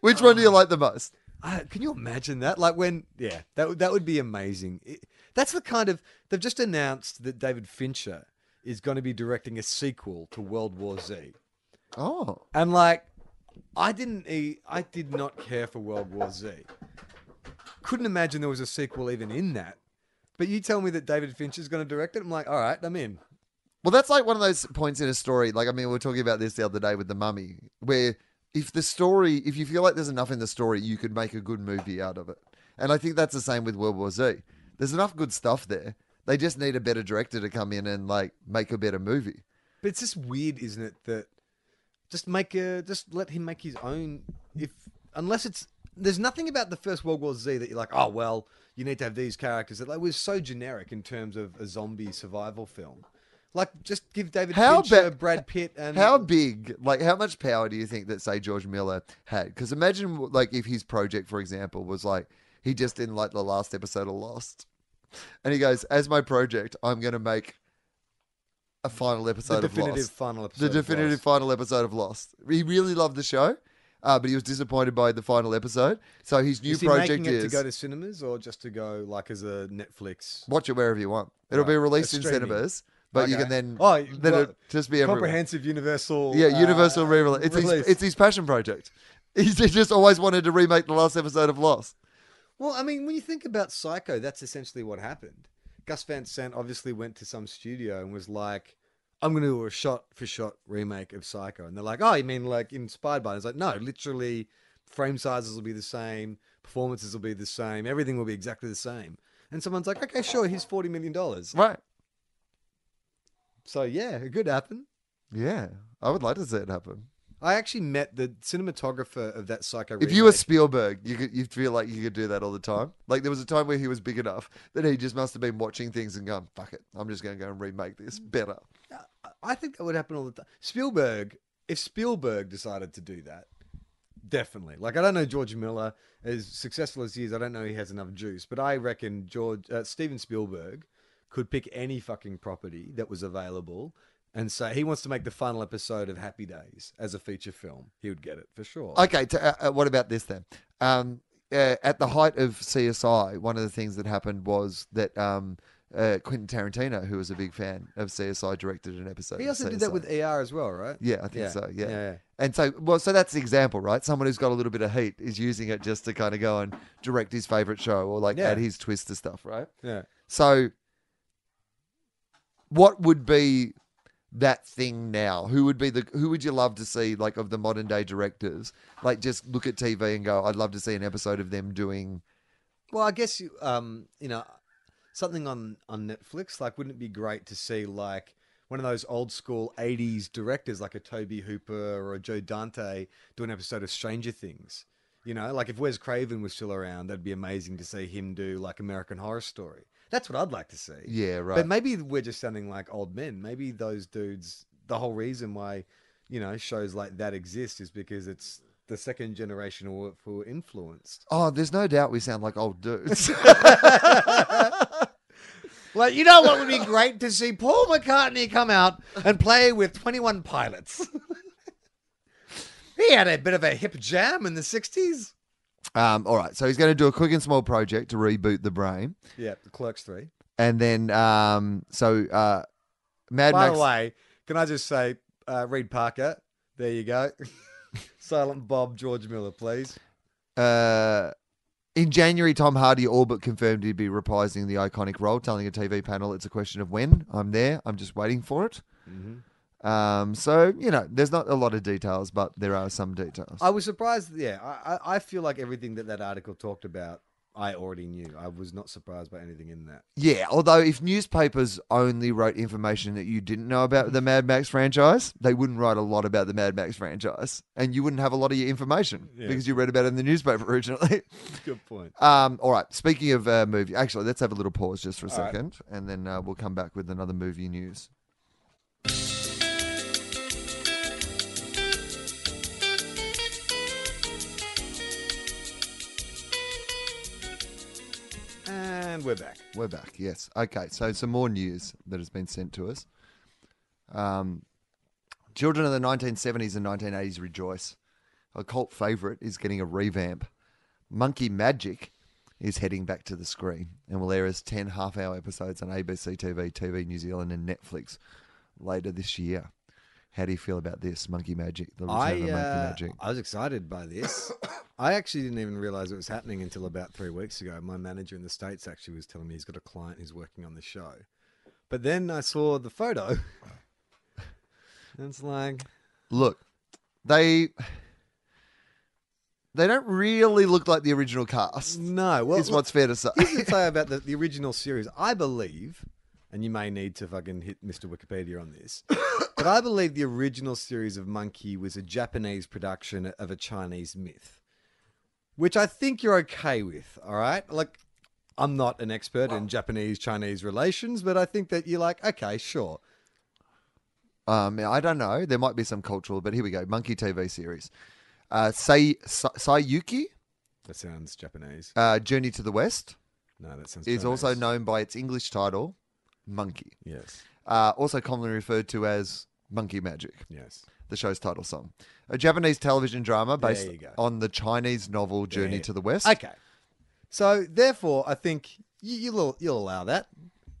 B: Which one do you like the most?
A: I, can you imagine that? Like when, yeah, that would- that would be amazing. It- that's the kind of they've just announced that David Fincher is going to be directing a sequel to World War Z,
B: Oh,
A: and like, I didn't, e- I did not care for World War Z. Couldn't imagine there was a sequel even in that. But you tell me that David Fincher's going to direct it, I'm like, all right, I'm in.
B: well, that's like one of those points in a story. Like, I mean, we were talking about this the other day with the Mummy, where if the story, if you feel like there's enough in the story, you could make a good movie out of it. And I think that's the same with World War Z. There's enough good stuff there. They just need a better director to come in and like make a better movie.
A: But it's just weird, isn't it? That just make a just let him make his own. If unless it's there's nothing about the first World War Z that you're like, oh well, you need to have these characters. That like was so generic in terms of a zombie survival film. Like just give David
B: How
A: Fincher,
B: ba-
A: Brad Pitt, and
B: How big, like, how much power do you think that, say, George Miller had? Because imagine, like, if his project, for example, was like, he just didn't like the last episode of Lost. And he goes, as my project, I'm going to make a final
A: the
B: episode of
A: definitive
B: Lost.
A: final episode.
B: The
A: of
B: definitive
A: Lost.
B: final episode of Lost. He really loved the show, uh, but he was disappointed by the final episode. So his new
A: Is he
B: project
A: making it
B: is
A: to go to cinemas or just to go like as a Netflix?
B: watch it wherever you want. It'll
A: Right.
B: be released in
A: Streaming.
B: cinemas, but you
A: Okay.
B: can then,
A: Oh,
B: then
A: well,
B: it'll just be everywhere.
A: Comprehensive Universal.
B: Yeah,
A: uh,
B: Universal re-release. It's
A: release.
B: his, it's his passion project. He's, he just always wanted to remake the last episode of Lost.
A: Well, I mean, when you think about Psycho, that's essentially what happened. Gus Van Sant obviously went to some studio and was like, I'm going to do a shot for shot remake of Psycho. And they're like, oh, you mean like inspired by it? It's like, no, literally, frame sizes will be the same, performances will be the same, everything will be exactly the same. And someone's like, okay, sure, here's $40 million.
B: Right.
A: So, yeah, it could happen.
B: Yeah, I would like to see it happen.
A: I actually met the cinematographer of that Psycho
B: If you were
A: remake.
B: Spielberg, you could you feel like you could do that all the time. Like there was a time where he was big enough that he just must have been watching things and going, "Fuck it, I'm just going to go and remake this better."
A: I think that would happen all the time. Spielberg, if Spielberg decided to do that, definitely. Like I don't know George Miller as successful as he is. I don't know he has enough juice, but I reckon George uh, Steven Spielberg could pick any fucking property that was available and say he wants to make the final episode of Happy Days as a feature film. He would get it for sure.
B: Okay, to, uh, uh, what about this then? Um, uh, at the height of CSI, one of the things that happened was that um, uh, Quentin Tarantino, who was a big fan of CSI, directed an episode.
A: he
B: of
A: also did that
B: CSI.
A: with ER as well, right?
B: Yeah, I think so. Yeah.
A: yeah.
B: And so, well, so that's the example, right? Someone who's got a little bit of heat is using it just to kind of go and direct his favorite show or like
A: Yeah.
B: add his twist to stuff, right?
A: yeah.
B: So, what would be that thing now? Who would be the who would you love to see like of the modern day directors? Like, just look at TV and go, I'd love to see an episode of them doing.
A: Well, I guess you, um, you know, something on on Netflix. Like, wouldn't it be great to see like one of those old school '80s directors, like a Toby Hooper or a Joe Dante, do an episode of Stranger Things? You know, like if Wes Craven was still around, that'd be amazing to see him do like American Horror Story. That's what I'd like to see.
B: Yeah, right.
A: But maybe we're just sounding like old men. Maybe those dudes, the whole reason why, you know, shows like that exist is because it's the second generation who were- who were influenced.
B: Oh, there's no doubt we sound like old dudes.
A: Well, you know what would be great to see Paul McCartney come out and play with 21 Pilots. he had a bit of a hip jam in the 60s.
B: um, all right, so he's going to do a quick and small project to reboot the brain,
A: Yeah, the Clerks 3.
B: and then um, so uh, Mad
A: By
B: Max.
A: the way, can I just say, uh, Reed Parker, there you go. Silent Bob, George Miller, please.
B: uh, In January, Tom Hardy all but confirmed he'd be reprising the iconic role, telling a TV panel, "It's a question of when. I'm there. I'm just waiting for it."
A: Mm-hmm.
B: Um, so you know, there's not a lot of details, but there are some details.
A: I was surprised. Yeah, I, I- I feel like everything that that article talked about, I already knew. I was not surprised by anything in that.
B: Yeah, although if newspapers only wrote information that you didn't know about the Mad Max franchise, they wouldn't write a lot about the Mad Max franchise, and you wouldn't have a lot of your information
A: Yeah.
B: because you read about it in the newspaper originally.
A: Good point.
B: Um, all right. Speaking of uh, movie, actually, let's have a little pause just for a
A: All right.
B: second, and then uh, we'll come back with another movie news.
A: And we're back.
B: We're back. Yes. Okay. So some more news that has been sent to us. Um, Children of the 1970s and 1980s rejoice. A cult favorite is getting a revamp. Monkey Magic is heading back to the screen and will air as 10 half hour episodes on ABC TV, TV New Zealand, and Netflix later this year. How do you feel about this, Monkey Magic? The return
A: I,
B: of Monkey
A: uh,
B: Magic.
A: I was excited by this. I actually didn't even realize it was happening until about three weeks ago. My manager in the States actually was telling me he's got a client who's working on the show. But then I saw the photo. And it's like,
B: Look, they. They don't really look like the original cast.
A: no. Well,
B: is what's fair to say.
A: Here's the thing about the, the original series. I believe, and you may need to fucking hit Mr. Wikipedia on this, but I believe the original series of Monkey was a Japanese production of a Chinese myth, which I think you're okay with, all right? Like, I'm not an expert in Japanese Chinese relations, but I think that you're like, okay, sure.
B: Um, I don't know. There might be some cultural, but here we go. Monkey TV series. Uh, Say Sa- Sayuki,
A: That sounds Japanese.
B: uh, Journey to the West,
A: No, that sounds.
B: is also
A: Chinese.
B: known by its English title, Monkey.
A: Yes,
B: Uh, also commonly referred to as Monkey Magic,
A: yes.
B: the show's title song. A Japanese television drama
A: There
B: based
A: you go.
B: on the Chinese novel Journey
A: Yeah.
B: to the West.
A: Okay, so therefore, I think you, you'll you'll allow that.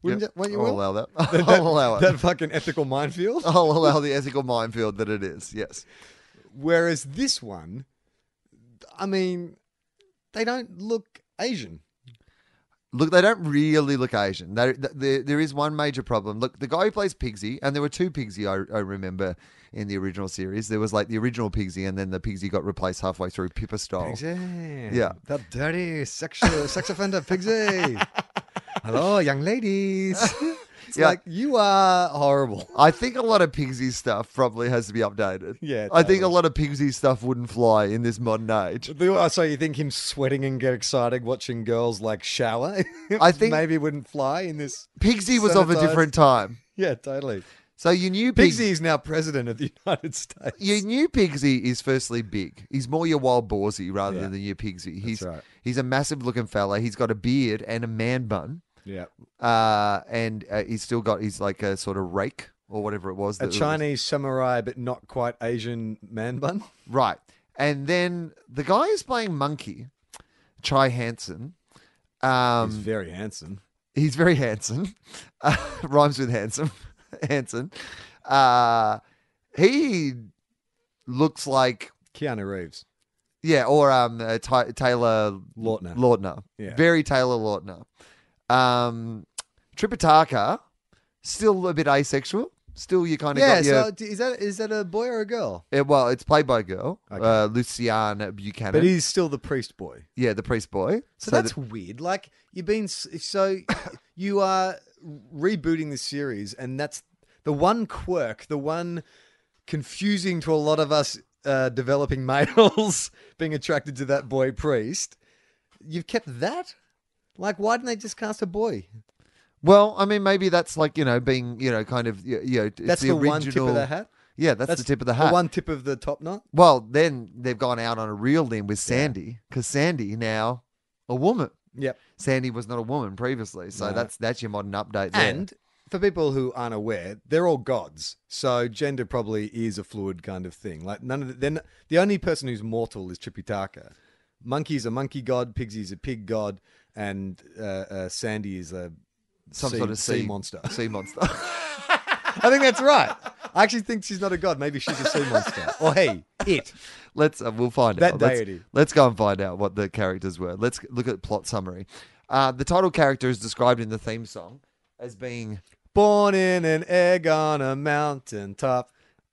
A: Wouldn't
B: Yep,
A: you? Won't you,
B: I'll
A: Will?
B: allow that. I'll allow it.
A: that fucking ethical minefield.
B: I'll allow Oh, the ethical minefield that it is. Yes.
A: Whereas this one, I mean, they don't look Asian.
B: Look, they don't really look Asian. They, th there, there is one major problem. Look, the guy who plays Pigsy, and there were two Pigsy I, I remember in the original series. There was like the original Pigsy, and then the Pigsy got replaced halfway through Pippa style. Yeah.
A: eh? That dirty sexual sex offender pigsy. Hello, young ladies. It's
B: Yeah.
A: like you are horrible.
B: I think a lot of Pigsy stuff probably has to be updated.
A: Yeah,
B: I think a
A: totally.
B: lot of Pigsy stuff wouldn't fly in this modern age.
A: oh, So you think him sweating and get excited watching girls like shower?
B: I think-
A: maybe wouldn't fly in this.
B: Pigsy was of a
A: Sanitized.
B: different time.
A: Yeah, totally.
B: So you knew Pigsy.
A: Pigsy is now president of the United States.
B: your new Pigsy is firstly big. He's more your wild boorsy rather
A: Yeah.
B: than your Pigsy. He's
A: right.
B: he's a massive looking fella. He's got a beard and a man bun,
A: Yeah.
B: uh, and uh, he's still got he's like a sort of rake or whatever it was.
A: A
B: that-
A: Chinese samurai, but not quite Asian man bun.
B: right? And then the guy who's playing Monkey, Chai Hansen. Um,
A: He's very handsome.
B: He's very handsome. Uh, rhymes with handsome. Hansen. Uh, he looks like
A: Keanu Reeves.
B: Yeah, or um, uh, Ty- Taylor
A: Lautner.
B: Lautner,
A: Yeah.
B: very Taylor Lautner. Um, Tripitaka, still a bit asexual. Still, you kind of
A: Yeah.
B: got your.
A: So d- is that is that a boy or a girl?
B: eh, well, it's played by a girl,
A: Okay.
B: uh, Luciana Buchanan.
A: But he's still the priest boy.
B: yeah, the priest boy.
A: So,
B: that-
A: that's weird. Like you've been s- so you are rebooting the series, and that's the one quirk, the one confusing to a lot of us uh, developing males being attracted to that boy priest. You've kept that. Like, why didn't they just cast a boy?
B: well, I mean, maybe that's like you know being you know kind of you you know. It's
A: That's the,
B: the, original,
A: one tip of the hat.
B: Yeah, that's, the tip of the hat.
A: one tip of the top knot.
B: Well, then they've gone out on a real limb with Sandy because Sandy now a woman.
A: Yep.
B: Sandy was not a woman previously, so
A: No.
B: that's that's your modern update. There.
A: And for people who aren't aware, they're all gods. So gender probably is a fluid kind of thing. Like none of the, then the only person who's mortal is Tripitaka. Monkey's a monkey god, Pigsy's a pig god, and uh, uh, Sandy is a
B: some
A: sea,
B: sort of sea,
A: monster.
B: Sea monster.
A: I think that's right. I actually think she's not a god. Maybe she's a sea monster. Or hey, it.
B: Let's uh, we'll find
A: That
B: out. Let's-
A: deity.
B: Let's, go and find out what the characters were. Let's look at plot summary. Uh, the title character is described in the theme song as being
A: Born in an egg on a mountain top.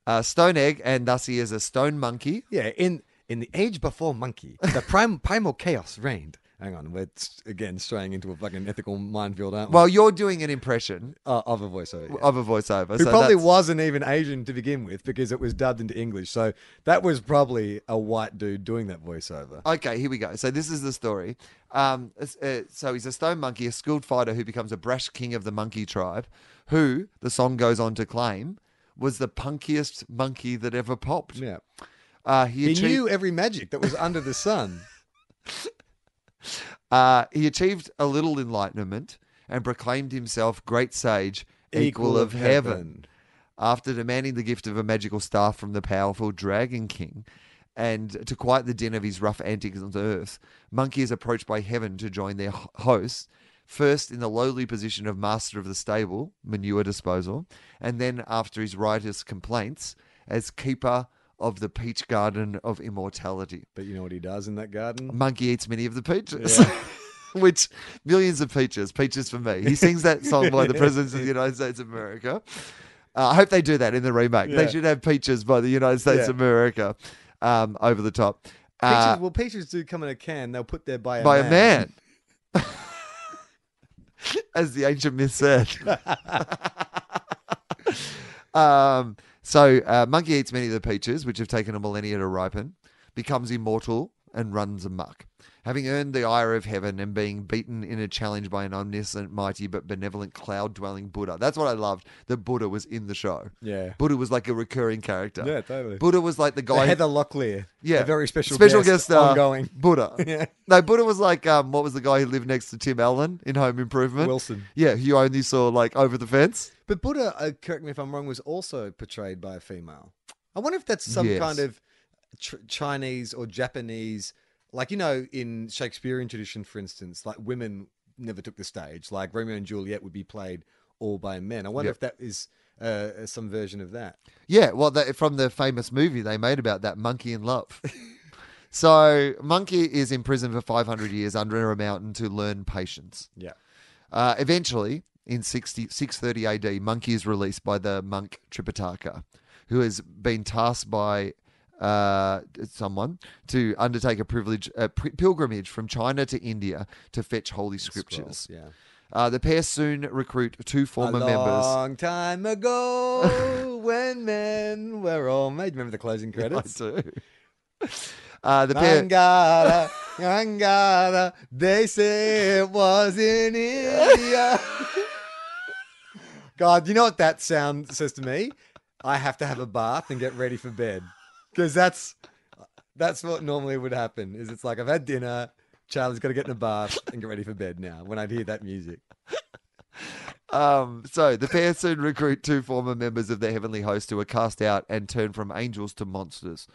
B: a uh, stone egg, and thus he is a stone monkey.
A: Yeah, in in the age before monkey, the prim, primal chaos reigned. Hang on, we're s- again straying into a fucking ethical minefield, aren't we?
B: Well, you're doing an impression
A: uh, of a voiceover. yeah.
B: of a voiceover.
A: Who
B: so
A: probably
B: that's-
A: wasn't even Asian to begin with because it was dubbed into English. So that was probably a white dude doing that voiceover.
B: Okay, here we go. So this is the story. Um, it's- uh, so he's a stone monkey, a skilled fighter who becomes a brash king of the monkey tribe, who the song goes on to claim was the punkiest monkey that ever popped.
A: Yeah.
B: Uh, he
A: He
B: achieved,
A: knew every magic that was under the sun.
B: uh, he achieved a little enlightenment and proclaimed himself great sage, equal, of heaven. after demanding the gift of a magical staff from the powerful Dragon King. And to quiet the din of his rough antics on earth, Monkey is approached by Heaven to join their ho- hosts, first in the lowly position of Master of the Stable, manure disposal, and then after his riotous complaints as Keeper of the Peach Garden of Immortality.
A: But you know what he does in that garden?
B: Monkey eats many of the peaches. Which millions of peaches, peaches for me. He sings that song by the presidents of the United States of America. Uh, I hope they do that in the remake.
A: Yeah.
B: They should have peaches by the United States
A: Yeah.
B: of America um, over the top. Uh,
A: Peaches, well, peaches do come in a can. They'll put there by a
B: by
A: man.
B: a man, as the ancient myth said. um, so, uh, monkey eats many of the peaches, which have taken a millennia to ripen, becomes immortal, and runs amok. Having earned the ire of heaven and being beaten in a challenge by an omniscient, mighty, but benevolent cloud dwelling Buddha. That's what I loved that Buddha was in the show.
A: Yeah.
B: Buddha was like a recurring character.
A: Yeah, totally.
B: Buddha was like the
A: The
B: guy.
A: Heather Locklear.
B: Yeah,
A: A very special, guest.
B: uh,
A: ongoing.
B: Buddha.
A: Yeah.
B: No, Buddha was like, um, what was the guy who lived next to Tim Allen in Home Improvement?
A: Wilson.
B: Yeah, who you only saw like over the fence.
A: But Buddha, uh, correct me if I'm wrong, was also portrayed by a female. I wonder if that's some
B: Yes.
A: kind of tr- Chinese or Japanese, like you know, in Shakespearean tradition, for instance, like women never took the stage. Like Romeo and Juliet would be played all by men. I wonder
B: Yep.
A: if that is uh, some version of that.
B: Yeah, well, that, from the famous movie they made about that, Monkey in Love. so, Monkey is in prison for 500 years under a mountain to learn patience.
A: Yeah.
B: Uh, eventually, in 60, 630 AD, Monkey is released by the monk Tripitaka, who has been tasked by uh, someone to undertake a privilege a pri- pilgrimage from China to India to fetch holy scriptures.
A: Scrolls, yeah.
B: uh, the pair soon recruit two former
A: a
B: members.
A: long time ago, when men were all made. Remember the closing
B: I
A: credits?
B: do. Uh, the pair.
A: Angara, Angara, they say it was in India. God, you know what that sound says to me? I have to have a bath and get ready for bed. Because that's that's what normally would happen. Is it's like I've had dinner, Charlie's gotta get in a bath and get ready for bed now when I'd hear that music.
B: Um, so the pair soon recruit two former members of the heavenly host who are cast out and turned from angels to monsters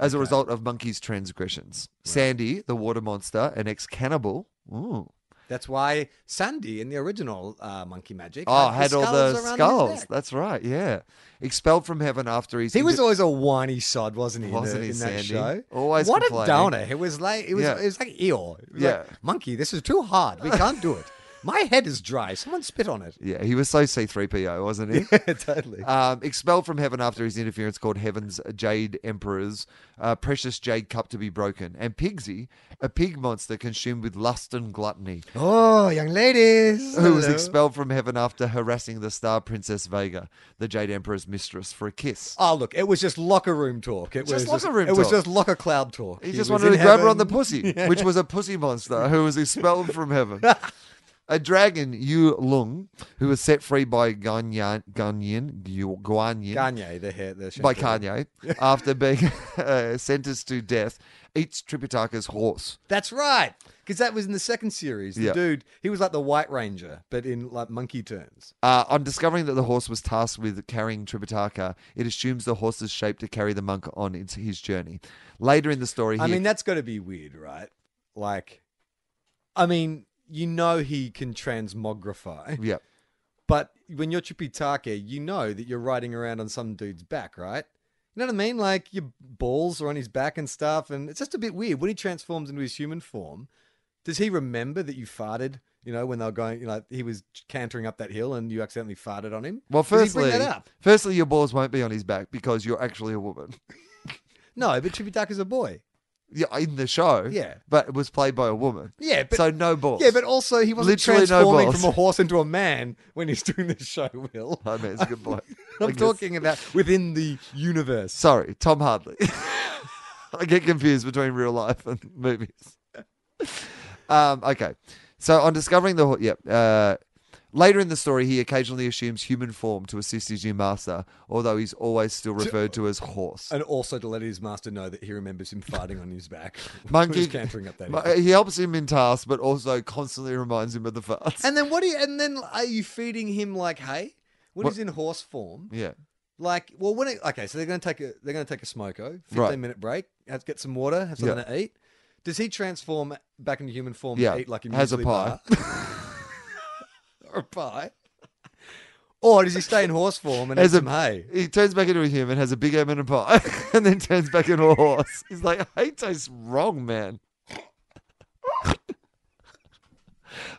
B: as a result of Monkey's transgressions. Sandy, the water monster, an ex cannibal. Oh,
A: That's why Sandy in the original uh, Monkey Magic
B: Oh, had all
A: around
B: the
A: his
B: skulls.
A: neck.
B: That's right. Yeah. Expelled from heaven after he's.
A: He was
B: indi-
A: always a whiny sod, wasn't he? in the-
B: Wasn't he,
A: in that
B: Sandy?
A: show?
B: Always
A: what a
B: complaining.
A: downer. It was like it was
B: Yeah.
A: it was like Eeyore. It was
B: Yeah.
A: like, monkey, this is too hard. We can't do it. My head is dry. Someone spit on it.
B: Yeah, he was so C3PO, wasn't he?
A: totally.
B: Um, expelled from heaven after his interference, called Heaven's Jade Emperors, uh, precious jade cup to be broken, and Pigsy, a pig monster consumed with lust and gluttony,
A: oh, young ladies.
B: who was
A: Hello.
B: expelled from heaven after harassing the star princess Vega, the Jade Emperor's mistress, for a kiss.
A: Oh look, it was just locker room talk. It
B: Just
A: was
B: locker room
A: It was
B: talk.
A: just locker cloud talk.
B: He just
A: was
B: wanted
A: in
B: to grab her on the
A: heaven.
B: pussy, which was a pussy monster who was expelled from heaven. A dragon, Yu Lung, who was set free by Ganyan, Ganyin, Yu- Guanyin,
A: Kanye, the hair, the
B: by
A: shampoo.
B: Kanye after being uh, sentenced to death eats Tripitaka's horse.
A: That's right. Because that was in the second series. The
B: Yeah.
A: dude, he was like the White Ranger, but in like monkey terms.
B: Uh, on discovering that the horse was tasked with carrying Tripitaka, it assumes the horse's shape to carry the monk on into his journey. Later in the story, he,
A: I mean, that's got to be weird, right? Like, I mean, you know he can transmogrify,
B: yeah,
A: but when you're Tripitake, you know that you're riding around on some dude's back, right? You know what I mean? Like your balls are on his back and stuff, and it's just a bit weird. When he transforms into his human form, does he remember that you farted? You know, when they were going, you know, he was cantering up that hill and you accidentally farted on him.
B: Well,
A: Does he bring
B: firstly,
A: that up?
B: firstly, your balls won't be on his back because you're actually a woman.
A: no, but Chippy Duck is a boy.
B: Yeah, in the show.
A: Yeah.
B: but it was played by a woman.
A: Yeah, but
B: so no balls.
A: Yeah, but also he wasn't
B: Literally no
A: transforming
B: balls.
A: from a horse into a man when he's doing this show, Will.
B: I mean, it's a good boy. I
A: I'm
B: guess-
A: talking about within the universe.
B: Sorry, Tom Hardley. I get confused between real life and movies. Um, okay, so on discovering the hor- yep. Uh, later in the story, he occasionally assumes human form to assist his new master, although he's always still referred to as horse.
A: And also to let his master know that he remembers him farting on his back.
B: Monkey
A: Who's cantering up that
B: Mo- uh,
A: hill.
B: He helps him in tasks, but also constantly reminds him of the farts.
A: And then what do you, and then are you feeding him like hay? When
B: What-
A: he's in horse form,
B: yeah,
A: like well, when it, okay, so they're gonna take a they're gonna take a smoko, fifteen
B: Right.
A: minute break, have, get some water, have something to eat. Does he transform back into human form?
B: Yeah.
A: and eat like he
B: Has a
A: usually
B: pie.
A: are? or a pie, or does he stay in horse form and eat
B: As a-
A: some hay?
B: he turns back into a human, has a big M and a pie, and then turns back into a horse. He's like, "Hey, tastes wrong, man."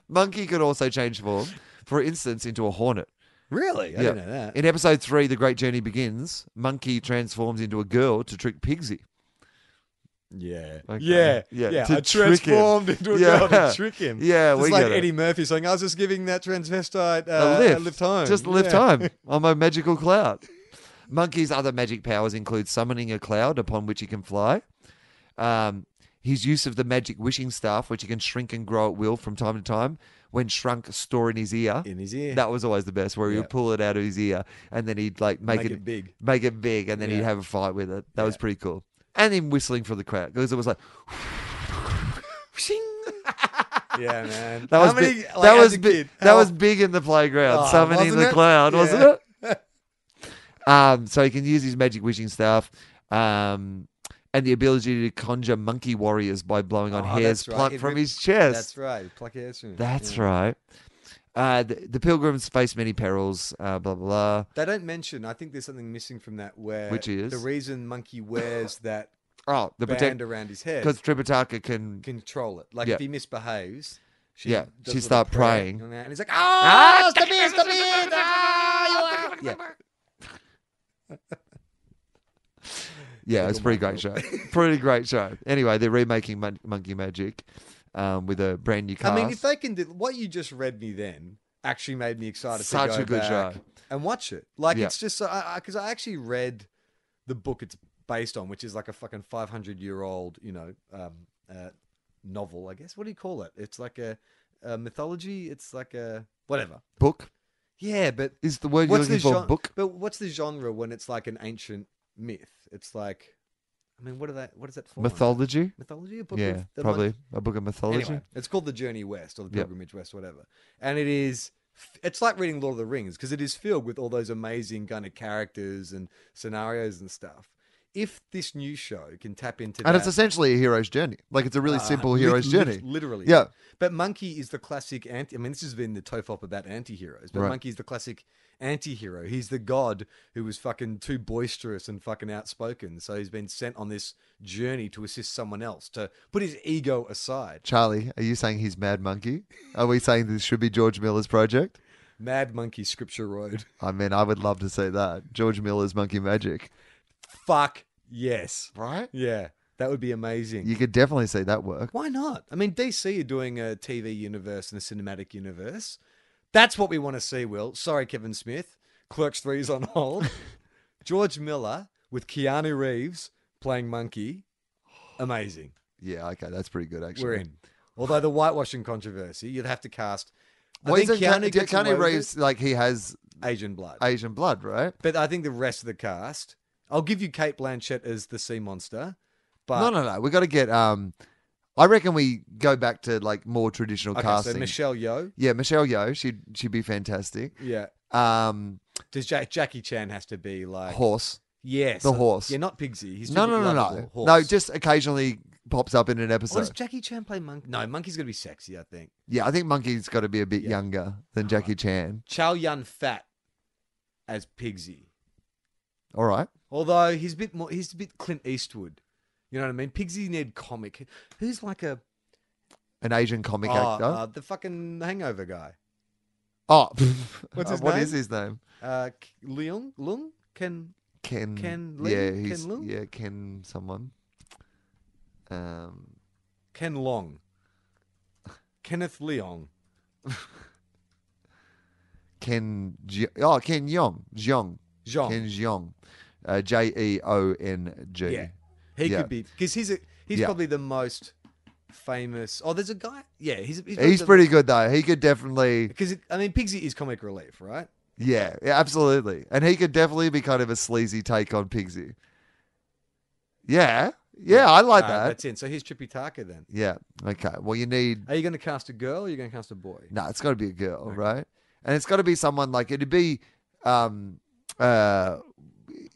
B: Monkey could also change form, for instance, into a hornet.
A: Really, I didn't know that.
B: In episode three, the Great Journey begins. Monkey transforms into a girl to trick Pigsy.
A: Yeah.
B: Okay.
A: Yeah.
B: Yeah,
A: Yeah.
B: to
A: I
B: trick him.
A: transformed into a girl
B: Yeah.
A: to trick him.
B: Yeah,
A: Just
B: we
A: like
B: get it.
A: Eddie Murphy saying, I was just giving that transvestite uh,
B: a lift.
A: home.
B: Just a lift
A: Yeah.
B: home on my magical cloud. Monkey's other magic powers include summoning a cloud upon which he can fly, um, his use of the magic wishing staff, which he can shrink and grow at will from time to time. When shrunk, store in his ear.
A: In his ear.
B: That was always the best, where he would pull it out of his ear and then he'd like make,
A: Make it big.
B: make it big, and then he'd have a fight with it. That was pretty cool. And him whistling for the crowd because it was like
A: yeah, man.
B: that was
A: How many,
B: big,
A: like,
B: that
A: as
B: was
A: a
B: big,
A: kid,
B: that
A: how-
B: was big in the playground.
A: Oh,
B: summoning
A: wasn't
B: the
A: it?
B: clown, wasn't
A: Yeah.
B: it? Um, so he can use his magic wishing staff, um, and the ability to conjure monkey warriors by blowing on
A: Oh,
B: hairs
A: that's right.
B: plucked
A: It
B: from
A: re-
B: his chest.
A: That's right. Pluck it out from him.
B: That's
A: Yeah.
B: right. Uh, the, the pilgrims face many perils. Uh, blah blah blah.
A: They don't mention, I think there's something missing from that where
B: Which is?
A: the reason Monkey wears that
B: Oh, the
A: band
B: protect
A: around his head
B: because Tripitaka can.
A: control it. Like
B: Yeah.
A: if he misbehaves, she
B: Yeah,
A: does
B: she
A: a
B: start
A: little prayer,
B: praying.
A: And he's like,
B: Ah!
A: "Ah, stop it, stop it!" Ah, you are-" Yeah.
B: Yeah, it's a pretty great show. pretty great show. Anyway, they're remaking Mon- Monkey Magic um, with a brand new cast.
A: I mean, if they can do what you just read me then actually made me excited
B: Such
A: to
B: a
A: go
B: good
A: back
B: show.
A: and watch it. Like
B: Yeah.
A: it's just because I, I, 'cause I actually read the book it's based on, which is like a fucking five hundred year old, you know, um, uh, novel. I guess what do you call it? It's like a, a mythology. It's like a whatever.
B: book
A: Yeah, but
B: is the word you're
A: what's
B: looking
A: the
B: for.
A: genre?
B: Book.
A: But what's the genre when it's like an ancient myth? It's like, I mean, what are that? What does that fall under?
B: Mythology.
A: Mythology? A book of
B: Yeah,
A: the mon-
B: probably a book of mythology.
A: Anyway, it's called The Journey West or The
B: Yep.
A: Pilgrimage West, whatever. And it is, it's like reading Lord of the Rings because it is filled with all those amazing kind of characters and scenarios and stuff. If this new show can tap into
B: and
A: that,
B: it's essentially a hero's journey. Like it's a really
A: uh,
B: simple
A: lit-
B: hero's
A: lit-
B: journey.
A: literally.
B: Yeah.
A: but Monkey is the classic anti. I mean, this has been the tofop about anti-heroes, but
B: Right.
A: Monkey is the classic anti-hero. He's the god who was fucking too boisterous and fucking outspoken, so he's been sent on this journey to assist someone else to put his ego aside.
B: Charlie, are you saying he's Mad Monkey? Are we saying this should be George Miller's project?
A: Mad Monkey Scripture Road.
B: I mean, I would love to see that. George Miller's Monkey Magic.
A: Fuck yes.
B: Right?
A: Yeah, that would be amazing.
B: You could definitely see that work.
A: Why not? I mean, DC are doing a TV universe and a cinematic universe. That's what we want to see, Will. Sorry, Kevin Smith. Clerks 3 is on hold. George Miller with Keanu Reeves playing Monkey. Amazing.
B: Yeah, okay, that's pretty good actually.
A: We're in. Although the whitewashing controversy, you'd have to cast. I
B: Well,
A: think
B: isn't Keanu,
A: Keanu, gets away
B: Keanu
A: with it.
B: Reeves like he has
A: Asian blood.
B: Asian blood, right?
A: But I think the rest of the cast, I'll give you Kate Blanchett as the sea monster. But
B: no, no, no. We got to get. um I reckon we go back to like more traditional
A: okay,
B: casting.
A: so Michelle Yeoh,
B: yeah, Michelle Yeoh, she'd she'd be fantastic.
A: yeah.
B: Um,
A: Does Jack, Jackie Chan has to be like
B: horse.
A: Yes,
B: The horse.
A: Yeah, not Pigsy. He's
B: No,
A: too
B: no, no,
A: lovable.
B: no,
A: Horse.
B: no. Just occasionally pops up in an
A: Or
B: episode.
A: does Jackie Chan play monkey? No, monkey's gonna be sexy. I think
B: Yeah, I think Monkey's got to be a bit
A: Yeah.
B: younger than Jackie Chan.
A: Chow Yun Fat as Pigsy.
B: All right.
A: Although he's a bit more, he's a bit Clint Eastwood. You know what I mean? Pigsy Ned comic. Who's like a
B: An Asian comic
A: oh,
B: actor.
A: uh, the fucking Hangover guy?
B: oh,
A: what's his
B: what
A: name?
B: is his name?
A: Uh, K- Leung Lung Ken.
B: Ken.
A: Ken Lee?
B: Yeah,
A: Ken
B: he's
A: Lung?
B: yeah Ken someone. Um,
A: Ken Long. Kenneth Leong.
B: Ken. Ji- Oh, Ken Jeong. Jeong.
A: Jeong.
B: Ken Jeong. Uh, J e o n g.
A: Yeah. He
B: Yeah.
A: could be because he's a, he's
B: Yeah.
A: probably the most famous. Oh, there's a guy. Yeah, he's he's,
B: He's pretty good though. He could definitely.
A: because I mean Pigsy is comic relief, right?
B: Yeah, yeah, absolutely. And he could definitely be kind of a sleazy take on Pigsy. Yeah. Yeah, I like
A: Alright,
B: that.
A: Uh, That's in. So here's Trippy Taka then.
B: Yeah. Okay. Well, you need.
A: Are you going to cast a girl? or Are you going to cast a boy?
B: No, it's got to be a girl, right? And it's got to be someone like it'd be, um, uh,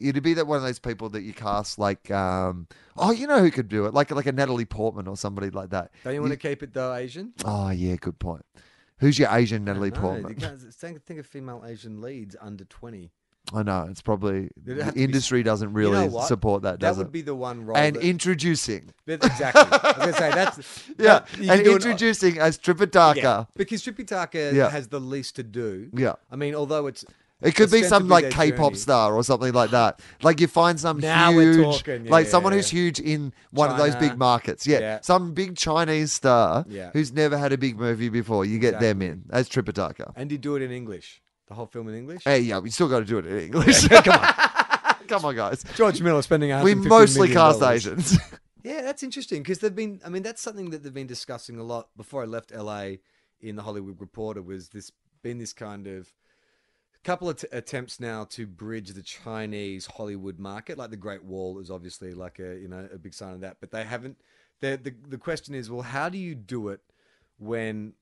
B: it'd be that one of those people that you cast like, um, oh, you know who could do it, like like a Natalie Portman or somebody like that.
A: Don't you want to keep it though Asian?
B: Oh yeah, good point. Who's your Asian Natalie
A: No, you
B: Portman?
A: can't- think, think of female Asian leads under twenty.
B: I know it's probably
A: It'd
B: the
A: have to be-
B: industry doesn't
A: You know
B: really
A: what?
B: support that,
A: That
B: does
A: would
B: it?
A: be the one role.
B: and
A: that-
B: introducing,
A: that- exactly. I was going to say that's
B: yeah,
A: that- you
B: and
A: can do an-
B: introducing as Tripitaka.
A: yeah, because Trippy Taka
B: Yeah.
A: has the least to do.
B: Yeah.
A: I mean, although it's
B: It could be some
A: ostensibly
B: like
A: their
B: K-pop
A: journey.
B: star or something like that. Like you find some
A: Now we're
B: huge,
A: talking,
B: like someone
A: yeah.
B: who's huge in one of those
A: China.
B: big markets. Yeah,
A: Yeah.
B: some big Chinese star
A: Yeah.
B: who's never had a big movie before. You get them in as Tripitaka.
A: And you do it in English. The whole film in English.
B: Hey, yeah, we still got to do it in English. Come on, come on, guys.
A: George Miller spending.
B: We
A: $150
B: mostly
A: million
B: cast
A: dollars.
B: Asians.
A: Yeah, that's interesting because they've been. I mean, that's something that they've been discussing a lot before I left LA in the Hollywood Reporter. Was this been this kind of couple of t- attempts now to bridge the Chinese Hollywood market? Like the Great Wall is obviously like a you know a big sign of that, but they haven't. The the the question is, well, how do you do it when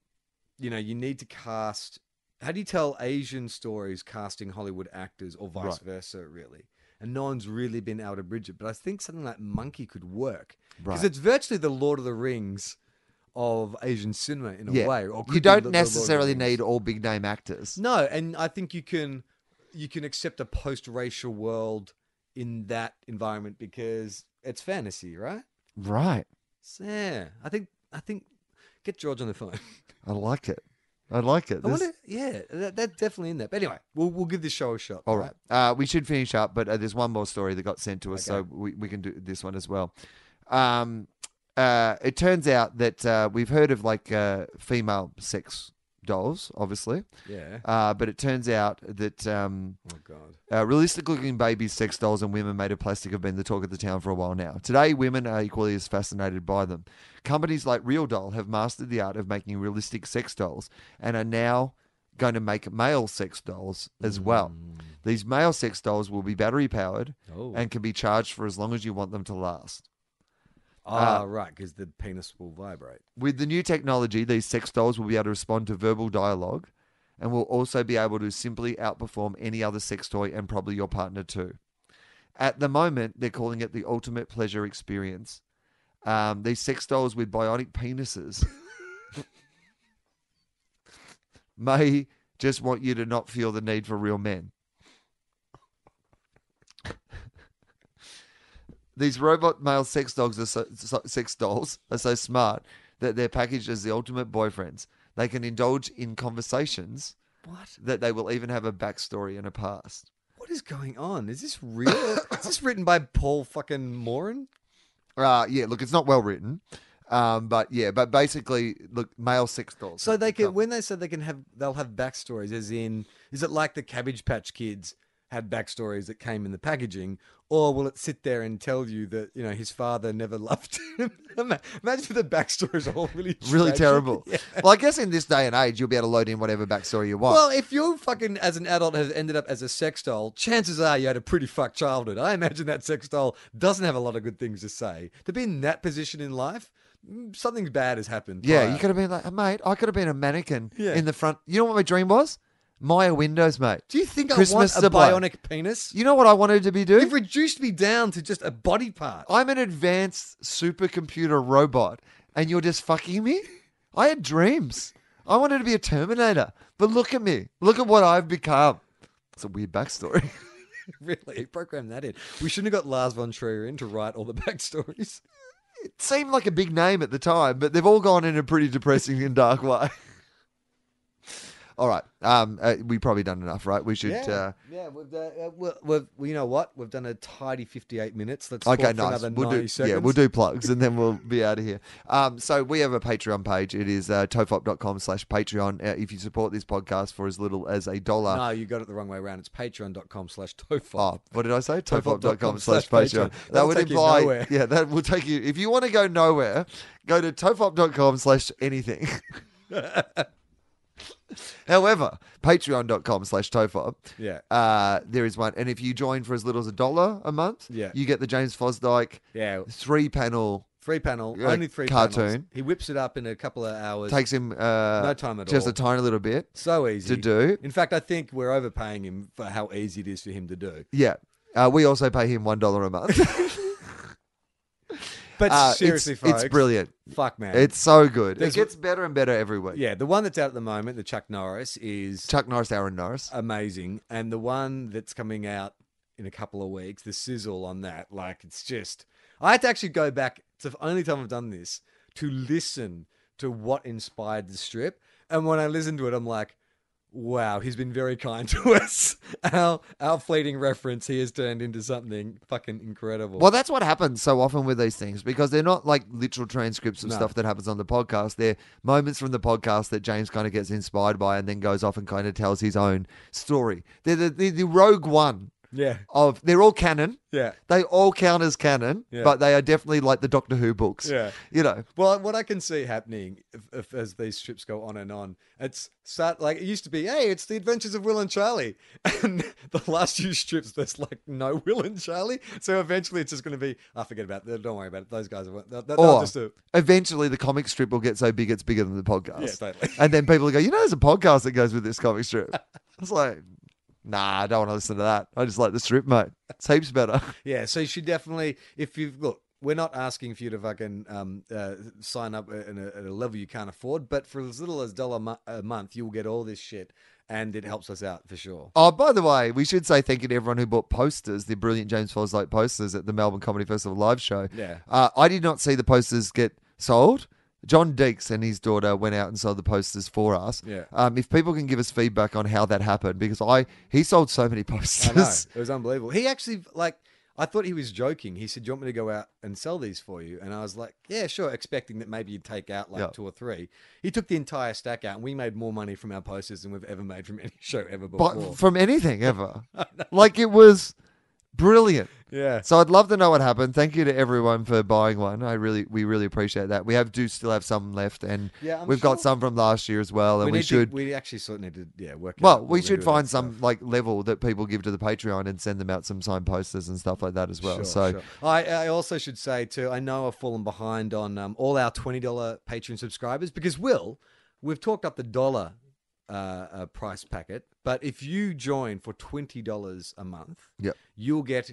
A: you know you need to cast? How do you tell Asian stories casting Hollywood actors or vice
B: Right.
A: versa? Really. And no one's really been able to bridge it, but I think something like Monkey could work because
B: Right.
A: it's virtually the Lord of the Rings of Asian cinema in a
B: yeah,
A: way. or could be the-
B: you
A: the Lord
B: don't
A: of the
B: necessarily
A: Rings.
B: need all big name actors.
A: No, and I think you can you can accept a post-racial world in that environment because it's fantasy, right?
B: Right,
A: So, yeah, I think I think get George on the phone.
B: I like it. I like it.
A: I
B: This-
A: wonder, yeah, that, that's definitely in there. But anyway, we'll we'll give this show a shot.
B: All right. Uh, we should finish up, but uh, there's one more story that got sent to us, so
A: Okay.
B: we, we can do this one as well. Um, uh, it turns out that uh, we've heard of like uh, female sex dolls, obviously,
A: Yeah.
B: uh, but it turns out that um,
A: Oh God.
B: uh, realistic looking babies, sex dolls, and women made of plastic have been the talk of the town for a while now. Today, women are equally as fascinated by them. Companies like Real Doll have mastered the art of making realistic sex dolls and are now going to make male sex dolls as well. These male sex dolls will be battery powered
A: Oh.
B: and can be charged for as long as you want them to last.
A: Ah,
B: uh,
A: right, because the penis will vibrate.
B: With the new technology, these sex dolls will be able to respond to verbal dialogue and will also be able to simply outperform any other sex toy and probably your partner too. At the moment, they're calling it the ultimate pleasure experience. Um, these sex dolls with bionic penises may just want you to not feel the need for real men. These robot male sex dogs are so, so, sex dolls are so smart that they're packaged as the ultimate boyfriends. They can indulge in conversations
A: What?
B: that they will even have a backstory and a past.
A: What is going on? Is this real? is this written by Paul fucking Moran?
B: Uh, yeah, look, it's not well written, um, but yeah, but basically, look, male sex dolls.
A: So
B: have
A: they can
B: become-
A: when they said they can have they'll have backstories as in is it like the cabbage patch kids had backstories that came in the packaging, or will it sit there and tell you that, you know, his father never loved him? Ima- Imagine if the backstories are all really
B: really
A: tragic.
B: terrible.
A: Yeah.
B: Well, I guess in this day and age, you'll be able to load in whatever backstory you want.
A: Well, if you fucking as an adult has ended up as a sex doll, chances are you had a pretty fucked childhood. I imagine that sex doll doesn't have a lot of good things to say. To be in that position in life, mm, something bad has happened.
B: yeah,
A: prior.
B: you could have been like, mate, I could have been a mannequin
A: Yeah.
B: in the front. You know what my dream was? Maya Windows, mate.
A: Do you think
B: Christmas
A: I want a
B: supply.
A: bionic penis?
B: You know what I wanted to be doing?
A: You've reduced me down to just a body part. Oh,
B: I'm an advanced supercomputer robot, and you're just fucking me? I had dreams. I wanted to be a Terminator, but look at me. Look at what I've become. It's a weird backstory.
A: really, program that in. We shouldn't have got Lars von Trier in to write all the backstories.
B: It seemed like a big name at the time, but they've all gone in a pretty depressing and dark way. all right, um, uh, we probably done enough, right? We should. Uh,
A: yeah. We've, uh, uh, we've, we've- you know what? We've done a tidy fifty-eight minutes. Let's talk
B: Okay,
A: for
B: nice.
A: another
B: We'll
A: 90
B: do,
A: seconds.
B: yeah, we'll do plugs and then we'll be out of here. Um, so we have a Patreon page. It is uh, tofop.com slash Patreon. Uh, if you support this podcast for as little as a dollar.
A: No, you got it the wrong way around. It's patreon.com slash tofop.
B: Uh, Oh, what did I say? Tofop.com
A: Tofop.com
B: slash
A: slash Patreon.
B: Patreon. That
A: That'll
B: would
A: take you
B: imply,
A: nowhere.
B: yeah, that will take you. If you want to go nowhere, go to tofop.com slash anything. However, patreon.com slash tofop.
A: Yeah.
B: Uh, there is one. And if you join for as little as a dollar a month,
A: Yeah.
B: you get the James Fosdyke
A: Yeah.
B: three panel
A: Three panel,
B: Yeah,
A: only three
B: cartoon.
A: Panels. He whips it up in a couple of hours.
B: takes him uh,
A: No time at
B: just
A: all.
B: a tiny little bit.
A: so easy
B: to do.
A: In fact, I think we're overpaying him for how easy it is for him to do.
B: Yeah, uh, we also pay him one dollar a month.
A: But
B: Uh, it's-
A: seriously,
B: it's,
A: folks,
B: brilliant.
A: Fuck man,
B: It's so good.
A: There's-
B: it gets better and better every week.
A: yeah. The one that's out at the moment, the Chuck Norris, is
B: Chuck Norris, Aaron Norris.
A: Uh, amazing, and the one that's coming out in a couple of weeks, the sizzle on that, like it's just. I had to actually go back. It's the only time I've done this to listen to what inspired the strip, and when I listened to it, I'm like. Wow, he's been very kind to us. Our our fleeting reference he has turned into something fucking incredible.
B: Well, that's what happens so often with these things because they're not like literal transcripts of
A: No.
B: stuff that happens on the podcast. They're moments from the podcast that James kind of gets inspired by and then goes off and kind of tells his own story. They're the, the, the rogue one
A: Yeah,
B: of, they're all canon.
A: yeah.
B: They all count as canon,
A: Yeah.
B: but they are definitely like the Doctor Who books.
A: Yeah.
B: You know,
A: Well, what I can see happening if, if, as these trips go on and on, it's start like it used to be. Hey, it's the Adventures of Will and Charlie, and the last few strips there's like no Will and Charlie. So eventually, it's just going to be. I forget about that. Don't worry about it. Those guys are. They'll, they'll
B: or
A: just do.
B: eventually the comic strip will get so big it's bigger than the podcast.
A: Yeah, totally.
B: And then people go, you know, there's a podcast that goes with this comic strip. it's like, nah, I don't want to listen to that. I just like the strip, mate. It's heaps better.
A: Yeah, so you should definitely, if you've look, we're not asking for you to fucking um, uh, sign up at a, at a level you can't afford, but for as little as dollar mo- a month, you'll get all this shit, and it helps us out for sure.
B: Oh, by the way, we should say thank you to everyone who bought posters, the brilliant James Foslake posters at the Melbourne Comedy Festival live show.
A: Yeah.
B: Uh, I did not see the posters get sold. John Deeks and his daughter went out and sold the posters for us.
A: Yeah.
B: Um, if people can give us feedback on how that happened, because I he sold so many
A: I know.
B: posters.
A: It was unbelievable. He actually like I thought he was joking. He said, "Do you want me to go out and sell these for you?" And I was like, "Yeah, sure," expecting that maybe you'd take out like
B: Yeah.
A: two or three. He took the entire stack out, and we made more money from our posters than we've ever made from any show ever before.
B: But from anything ever. like it was brilliant.
A: yeah,
B: So I'd love to know what happened. Thank you to everyone for buying one. I really, we really appreciate that. We have do still have some left, and
A: Yeah, I'm
B: we've got
A: sure-
B: some from last year as well. And we,
A: need
B: should,
A: To, we actually sort of need to yeah work. it out
B: well,
A: what
B: we
A: we're
B: should
A: gonna do with
B: find
A: that
B: some
A: stuff.
B: like level that people give to the Patreon and send them out some signed posters and stuff like that as well.
A: Sure,
B: so
A: sure. I, I also should say too, I know I've fallen behind on um, all our twenty dollar Patreon subscribers because Will, we've talked up the dollar uh, uh, price packet, but if you join for twenty dollars a month,
B: Yep.
A: you'll get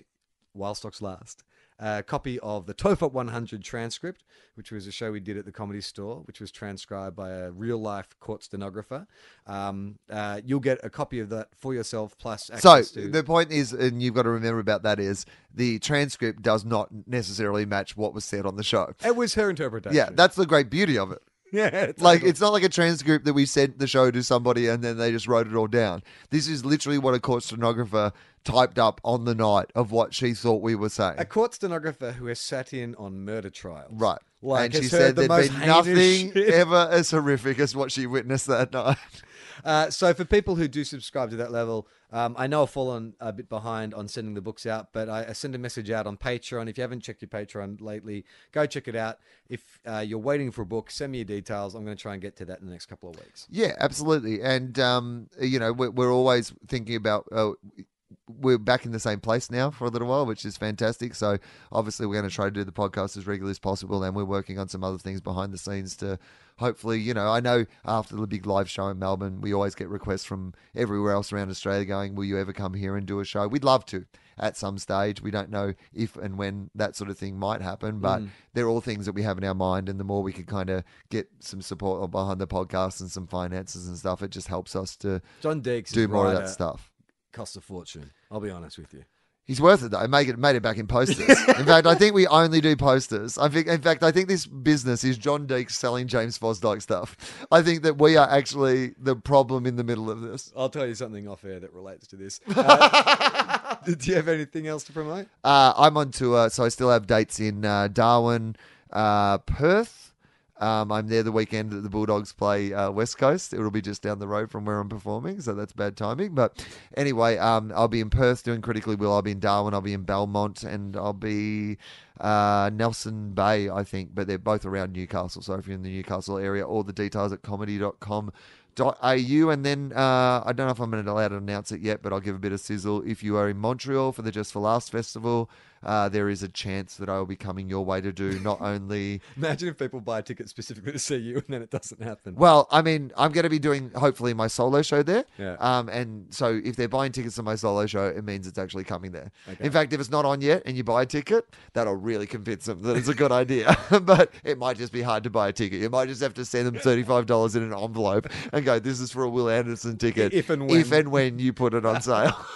A: while stocks last. A copy of the TOEFOP 100 transcript, which was a show we did at the Comedy Store, which was transcribed by a real life court stenographer. Um, uh, you'll get a copy of that for yourself, plus
B: So
A: access to
B: the point is, and you've got to remember about that is the transcript does not necessarily match what was said on the show.
A: It was her interpretation.
B: Yeah, that's the great beauty of it.
A: yeah.
B: Like it's not like a transcript that we sent the show to somebody and then they just wrote it all down. This is literally what a court stenographer typed up on the night of what she thought we were saying.
A: a court stenographer who has sat in on murder trials.
B: Right.
A: Like,
B: and she
A: has
B: said
A: heard the
B: there'd
A: most
B: been
A: heinous
B: nothing
A: shit.
B: ever as horrific as what she witnessed that night.
A: Uh, so for people who do subscribe to that level, um, I know I've fallen a bit behind on sending the books out, but I, I send a message out on Patreon. If you haven't checked your Patreon lately, go check it out. If uh, you're waiting for a book, send me your details. I'm going to try and get to that in the next couple of weeks.
B: Yeah, absolutely. And um, you know, we're, we're always thinking about. Uh, we're back in the same place now for a little while, which is fantastic. So obviously, we're going to try to do the podcast as regularly as possible, and we're working on some other things behind the scenes to hopefully, you know, I know after the big live show in Melbourne, we always get requests from everywhere else around Australia going, "Will you ever come here and do a show?" We'd love to at some stage. We don't know if and when that sort of thing might happen, but they're all things that we have in our mind. And the more we can kind of get some support behind the podcast and some finances and stuff, it just helps us to
A: John Deeks
B: do
A: is
B: more of
A: right,
B: that
A: uh,
B: stuff.
A: costs a fortune. I'll be honest with you.
B: He's worth it though. Make it made it back in posters. in fact, I think we only do posters. I think, in fact, I think this business is John Deeks selling James Fosdyke stuff. I think that we are actually the problem in the middle of this.
A: I'll tell you something off air that relates to this. Uh, do you have anything else to promote?
B: Uh, I'm on tour, so I still have dates in uh, Darwin, uh, Perth. Um, I'm there the weekend that the Bulldogs play uh, West Coast. It'll be just down the road from where I'm performing, so that's bad timing. But anyway, um, I'll be in Perth doing Critically Will. I'll be in Darwin. I'll be in Belmont, and I'll be uh, Nelson Bay, I think. But they're both around Newcastle. So if you're in the Newcastle area, all the details at comedy.com au and then uh, I don't know if I'm allowed to announce it yet, but I'll give a bit of sizzle. If you are in Montreal for the Just for Last festival, uh, there is a chance that I will be coming your way to do not only.
A: Imagine if people buy tickets specifically to see you and then it doesn't happen.
B: Well, I mean, I'm going to be doing hopefully my solo show there.
A: Yeah.
B: Um, and so if they're buying tickets to my solo show, it means it's actually coming there. In fact, if it's not on yet and you buy a ticket, that'll really convince them that it's a good idea. but it might just be hard to buy a ticket. You might just have to send them $35 in an envelope and go, this is for a Will Anderson ticket.
A: If and when.
B: If and when you put it on sale.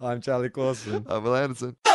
A: I'm Charlie Clausen.
B: I'm Uh, Will Anderson.